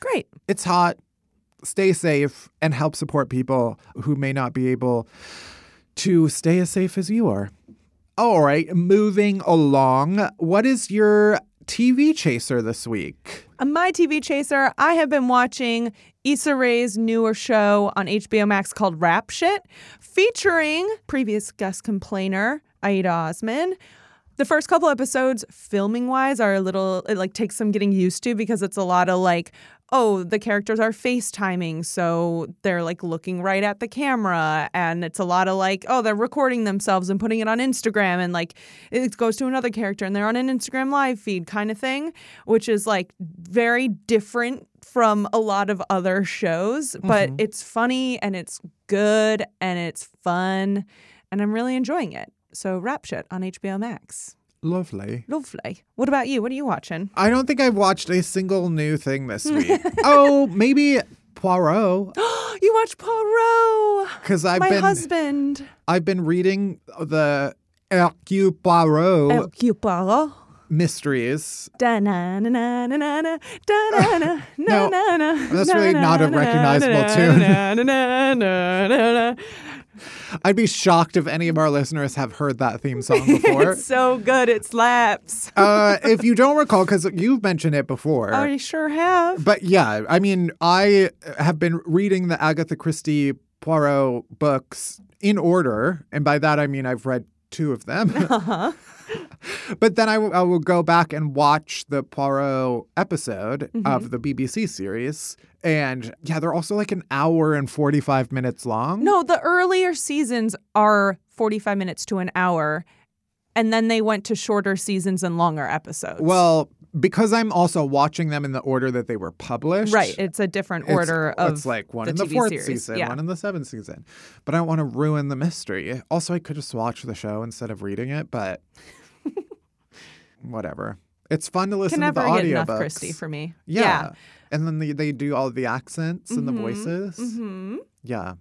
[SPEAKER 2] Great.
[SPEAKER 1] it's hot. Stay safe and help support people who may not be able to stay as safe as you are. All right, moving along. What is your TV chaser this week?
[SPEAKER 2] On Uh, my TV chaser, I have been watching Issa Rae's newer show on HBO Max called Rap Shit, featuring previous guest complainer Aida Osman. The first couple episodes, filming wise, are a little, it like takes some getting used to because it's a lot of like, oh, the characters are FaceTiming, so they're like looking right at the camera. And it's a lot of like, oh, they're recording themselves and putting it on Instagram. And like, it goes to another character and they're on an Instagram live feed kind of thing, which is like very different from a lot of other shows. But it's funny and it's good and it's fun. And I'm really enjoying it. So, Rap Shit on HBO Max.
[SPEAKER 1] Lovely.
[SPEAKER 2] Lovely. What about you? What are you watching?
[SPEAKER 1] I don't think I've watched a single new thing this week. oh, maybe Poirot,
[SPEAKER 2] You watch Poirot.
[SPEAKER 1] because I've
[SPEAKER 2] My
[SPEAKER 1] been
[SPEAKER 2] husband.
[SPEAKER 1] I've been reading the Hercule Poirot
[SPEAKER 2] El Cuparo.
[SPEAKER 1] mysteries.
[SPEAKER 2] Da-na-na-na-na-na, da-na-na,
[SPEAKER 1] No,
[SPEAKER 2] na-na-na,
[SPEAKER 1] that's really not a
[SPEAKER 2] na-na-na,
[SPEAKER 1] recognizable tune.
[SPEAKER 2] na-na-na-na-na-na.
[SPEAKER 1] I'd be shocked if any of our listeners have heard that theme song before.
[SPEAKER 2] It's so good, it slaps.
[SPEAKER 1] uh, if you don't recall, because you've mentioned it before.
[SPEAKER 2] I sure have.
[SPEAKER 1] But yeah, I mean, I have been reading the Agatha Christie Poirot books in order. And by that, I mean, I've read two of them.
[SPEAKER 2] Uh-huh.
[SPEAKER 1] but then I will- I will go back and watch the Poirot episode
[SPEAKER 2] Mm-hmm.
[SPEAKER 1] of the BBC series. And yeah, they're also like an hour and 45 minutes long.
[SPEAKER 2] No, the earlier seasons are 45 minutes to an hour, and then they went to shorter seasons and longer episodes.
[SPEAKER 1] Well, because I'm also watching them in the order that they were published.
[SPEAKER 2] right, it's a different
[SPEAKER 1] It's- oh,
[SPEAKER 2] order
[SPEAKER 1] it's,
[SPEAKER 2] of
[SPEAKER 1] like one
[SPEAKER 2] the
[SPEAKER 1] in the
[SPEAKER 2] TV
[SPEAKER 1] fourth
[SPEAKER 2] series.
[SPEAKER 1] season,
[SPEAKER 2] Yeah.
[SPEAKER 1] one in the seventh season. But I don't want to ruin the mystery. Also, I could just watch the show instead of reading it, but whatever. It's fun to listen
[SPEAKER 2] Can
[SPEAKER 1] to
[SPEAKER 2] never
[SPEAKER 1] the
[SPEAKER 2] get
[SPEAKER 1] audio
[SPEAKER 2] enough Christie for me.
[SPEAKER 1] yeah. and then they, they do all the accents and
[SPEAKER 2] Mm-hmm.
[SPEAKER 1] the voices.
[SPEAKER 2] hmm
[SPEAKER 1] Yeah,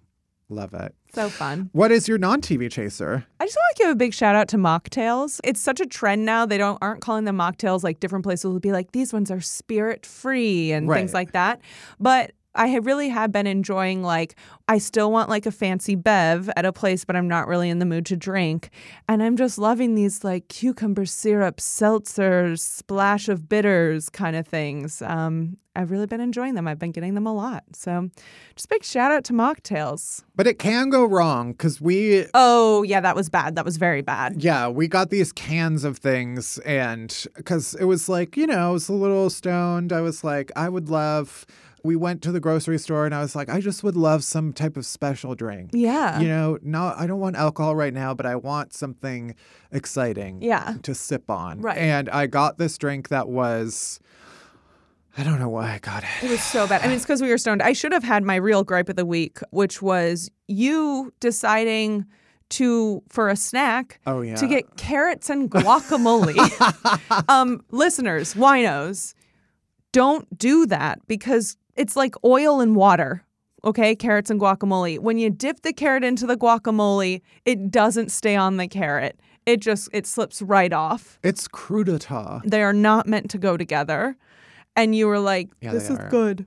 [SPEAKER 1] love it.
[SPEAKER 2] So fun.
[SPEAKER 1] What is your non-TV chaser?
[SPEAKER 2] I just want to give a big shout out to mocktails. It's such a trend now. They don't aren't calling them mocktails. Like different places will be like, these ones are spirit free and
[SPEAKER 1] Right.
[SPEAKER 2] things like that. But I had really have been enjoying like I still want like a fancy bev at a place, but I'm not really in the mood to drink, and I'm just loving these like cucumber syrup, seltzers, splash of bitters kind of things. Um, I've really been enjoying them. I've been getting them a lot. So, just big shout out to mocktails.
[SPEAKER 1] But it can go wrong because we
[SPEAKER 2] Oh yeah, that was bad. That was very bad.
[SPEAKER 1] Yeah, we got these cans of things, and because it was like, you know, I was a little stoned. I was like, I would love. We went to the grocery store, and I was like, I just would love some type of special drink.
[SPEAKER 2] Yeah.
[SPEAKER 1] You know, no, I don't want alcohol right now, but I want something exciting.
[SPEAKER 2] Yeah.
[SPEAKER 1] To sip on.
[SPEAKER 2] Right.
[SPEAKER 1] And I got this drink that was, I don't know why I got it.
[SPEAKER 2] It was so bad. I mean, it's because we were stoned. I should have had my real gripe of the week, which was you deciding to for a snack
[SPEAKER 1] Oh, yeah.
[SPEAKER 2] to get carrots and guacamole. um, listeners, winos, don't do that because it's like oil and water. Okay, carrots and guacamole. When you dip the carrot into the guacamole, it doesn't stay on the carrot. It just it slips right off
[SPEAKER 1] It's crudita.
[SPEAKER 2] they are not meant to go together. And you were like,
[SPEAKER 1] Yeah,
[SPEAKER 2] this
[SPEAKER 1] they
[SPEAKER 2] is
[SPEAKER 1] are.
[SPEAKER 2] good.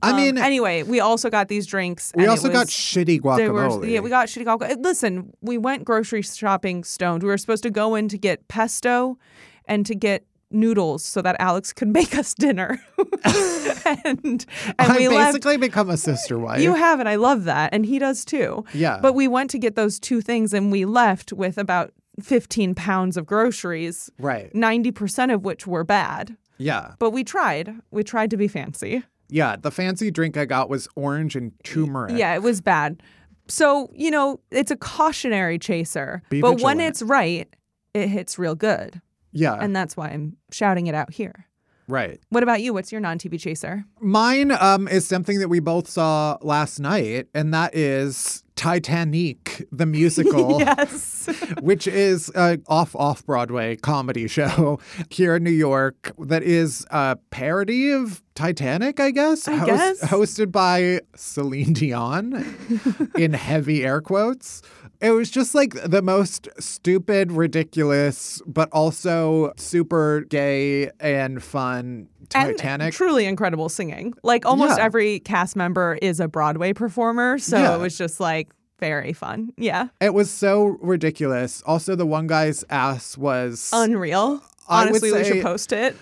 [SPEAKER 1] I
[SPEAKER 2] Um,
[SPEAKER 1] mean,
[SPEAKER 2] anyway, we also got these drinks.
[SPEAKER 1] we
[SPEAKER 2] and it
[SPEAKER 1] also got
[SPEAKER 2] was-
[SPEAKER 1] shitty
[SPEAKER 2] they
[SPEAKER 1] guacamole.
[SPEAKER 2] were- yeah, we got shitty guacamole. Listen, we went grocery shopping stoned. We were supposed to go in to get pesto and to get noodles so that Alex could make us dinner. and and
[SPEAKER 1] I
[SPEAKER 2] we left.
[SPEAKER 1] basically become a sister wife.
[SPEAKER 2] You have it. I love that. And he does too.
[SPEAKER 1] Yeah.
[SPEAKER 2] But we went to get those two things and we left with about 15 pounds of groceries,
[SPEAKER 1] right.
[SPEAKER 2] 90% of which were bad.
[SPEAKER 1] Yeah.
[SPEAKER 2] But we tried. We tried to be fancy.
[SPEAKER 1] Yeah, the fancy drink I got was orange and turmeric.
[SPEAKER 2] Yeah, it was bad. So, you know, it's a cautionary chaser.
[SPEAKER 1] Be
[SPEAKER 2] but when
[SPEAKER 1] vigilant. Ah.
[SPEAKER 2] it's right, it hits real good.
[SPEAKER 1] Yeah.
[SPEAKER 2] And that's why I'm shouting it out here.
[SPEAKER 1] right.
[SPEAKER 2] What about you? What's your non TV chaser?
[SPEAKER 1] Mine um, is something that we both saw last night, and that is Titanic, the musical.
[SPEAKER 2] Yes.
[SPEAKER 1] which is a off off Broadway comedy show here in New York that is a parody of Titanic, I guess.
[SPEAKER 2] I guess.
[SPEAKER 1] Hosted by Celine Dion in heavy air quotes. It was just like the most stupid, ridiculous, but also super gay and fun
[SPEAKER 2] And
[SPEAKER 1] Titanic.
[SPEAKER 2] truly incredible singing. Like almost
[SPEAKER 1] Yeah.
[SPEAKER 2] every cast member is a Broadway performer. So
[SPEAKER 1] Yeah.
[SPEAKER 2] it was just like very fun. Yeah.
[SPEAKER 1] it was so ridiculous. Also, the one guy's ass was
[SPEAKER 2] Unreal.
[SPEAKER 1] I would
[SPEAKER 2] Honestly, we
[SPEAKER 1] say-
[SPEAKER 2] should post it.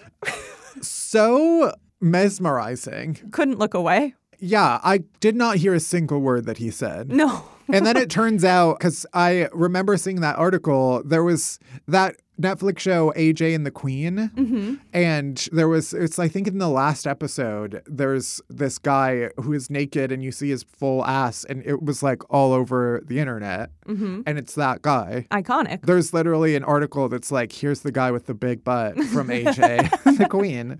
[SPEAKER 1] so mesmerizing.
[SPEAKER 2] Couldn't look away.
[SPEAKER 1] Yeah, I did not hear a single word that he said.
[SPEAKER 2] No.
[SPEAKER 1] and then it turns out, because I remember seeing that article, there was that Netflix show AJ and the Queen, and there was it's I think in the last episode there's this guy who is naked and you see his full ass, and it was like all over the internet, and it's that guy.
[SPEAKER 2] Mm-hmm. Iconic.
[SPEAKER 1] There's literally an article that's like, here's the guy with the big butt from AJ, the Queen,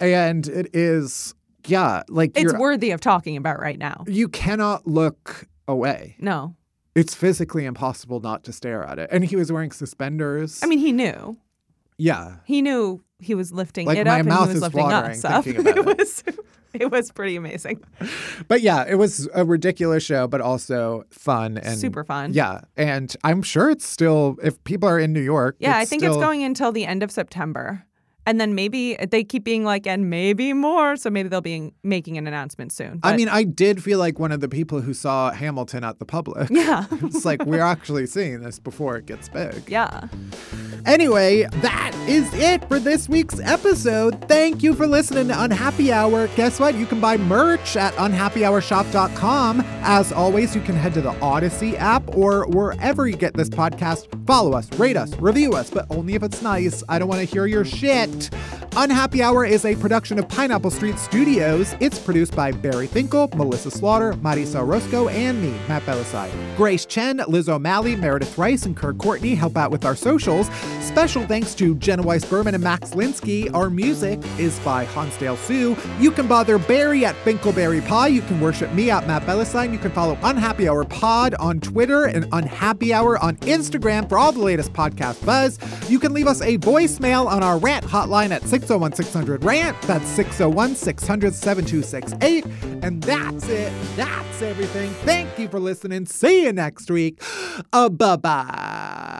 [SPEAKER 1] and it is. Yeah, like
[SPEAKER 2] it's
[SPEAKER 1] you're
[SPEAKER 2] worthy of talking about right now.
[SPEAKER 1] you cannot look away.
[SPEAKER 2] No.
[SPEAKER 1] It's physically impossible not to stare at it. And he was wearing suspenders.
[SPEAKER 2] I mean, he knew.
[SPEAKER 1] yeah.
[SPEAKER 2] He knew he was lifting
[SPEAKER 1] Like,
[SPEAKER 2] it
[SPEAKER 1] my
[SPEAKER 2] up
[SPEAKER 1] mouth
[SPEAKER 2] and he
[SPEAKER 1] is
[SPEAKER 2] was lifting
[SPEAKER 1] watering
[SPEAKER 2] us up.
[SPEAKER 1] thinking about
[SPEAKER 2] it
[SPEAKER 1] it.
[SPEAKER 2] was it was pretty amazing.
[SPEAKER 1] But yeah, it was a ridiculous show, but also fun and
[SPEAKER 2] Super fun.
[SPEAKER 1] Yeah. And I'm sure it's still, if people are in New York,
[SPEAKER 2] Yeah, I think it's
[SPEAKER 1] still-
[SPEAKER 2] going until the end of September. And then maybe they keep being like, and maybe more. So maybe they'll be in- making an announcement soon.
[SPEAKER 1] I
[SPEAKER 2] But
[SPEAKER 1] mean, I did feel like one of the people who saw Hamilton at the public.
[SPEAKER 2] Yeah.
[SPEAKER 1] it's like, we're actually seeing this before it gets big.
[SPEAKER 2] yeah.
[SPEAKER 1] Anyway, that is it for this week's episode. Thank you for listening to Unhappy Hour. Guess what? You can buy merch at unhappyhourshop.com. As always, you can head to the Odyssey app or wherever you get this podcast. Follow us, rate us, review us, but only if it's nice. I don't want to hear your shit. Unhappy Hour is a production of Pineapple Street Studios. It's produced by Barry Finkel, Melissa Slaughter, Marisa Roscoe, and me, Matt Belisai. Grace Chen, Liz O'Malley, Meredith Rice, and Kirk Courtney help out with our socials. Special thanks to Jenna Weiss Berman and Max Linsky. Our music is by Hansdale Sue. You can bother Barry at Finkelberry Pie. You can worship me at Matt Belisai. You can follow Unhappy Hour Pod on Twitter and Unhappy Hour on Instagram for all the latest podcast buzz. You can leave us a voicemail on our rant hotline at 601 600 RANT. That's 601 600 7268. And that's it. That's everything. Thank you for listening. See you next week. Uh, bye bye.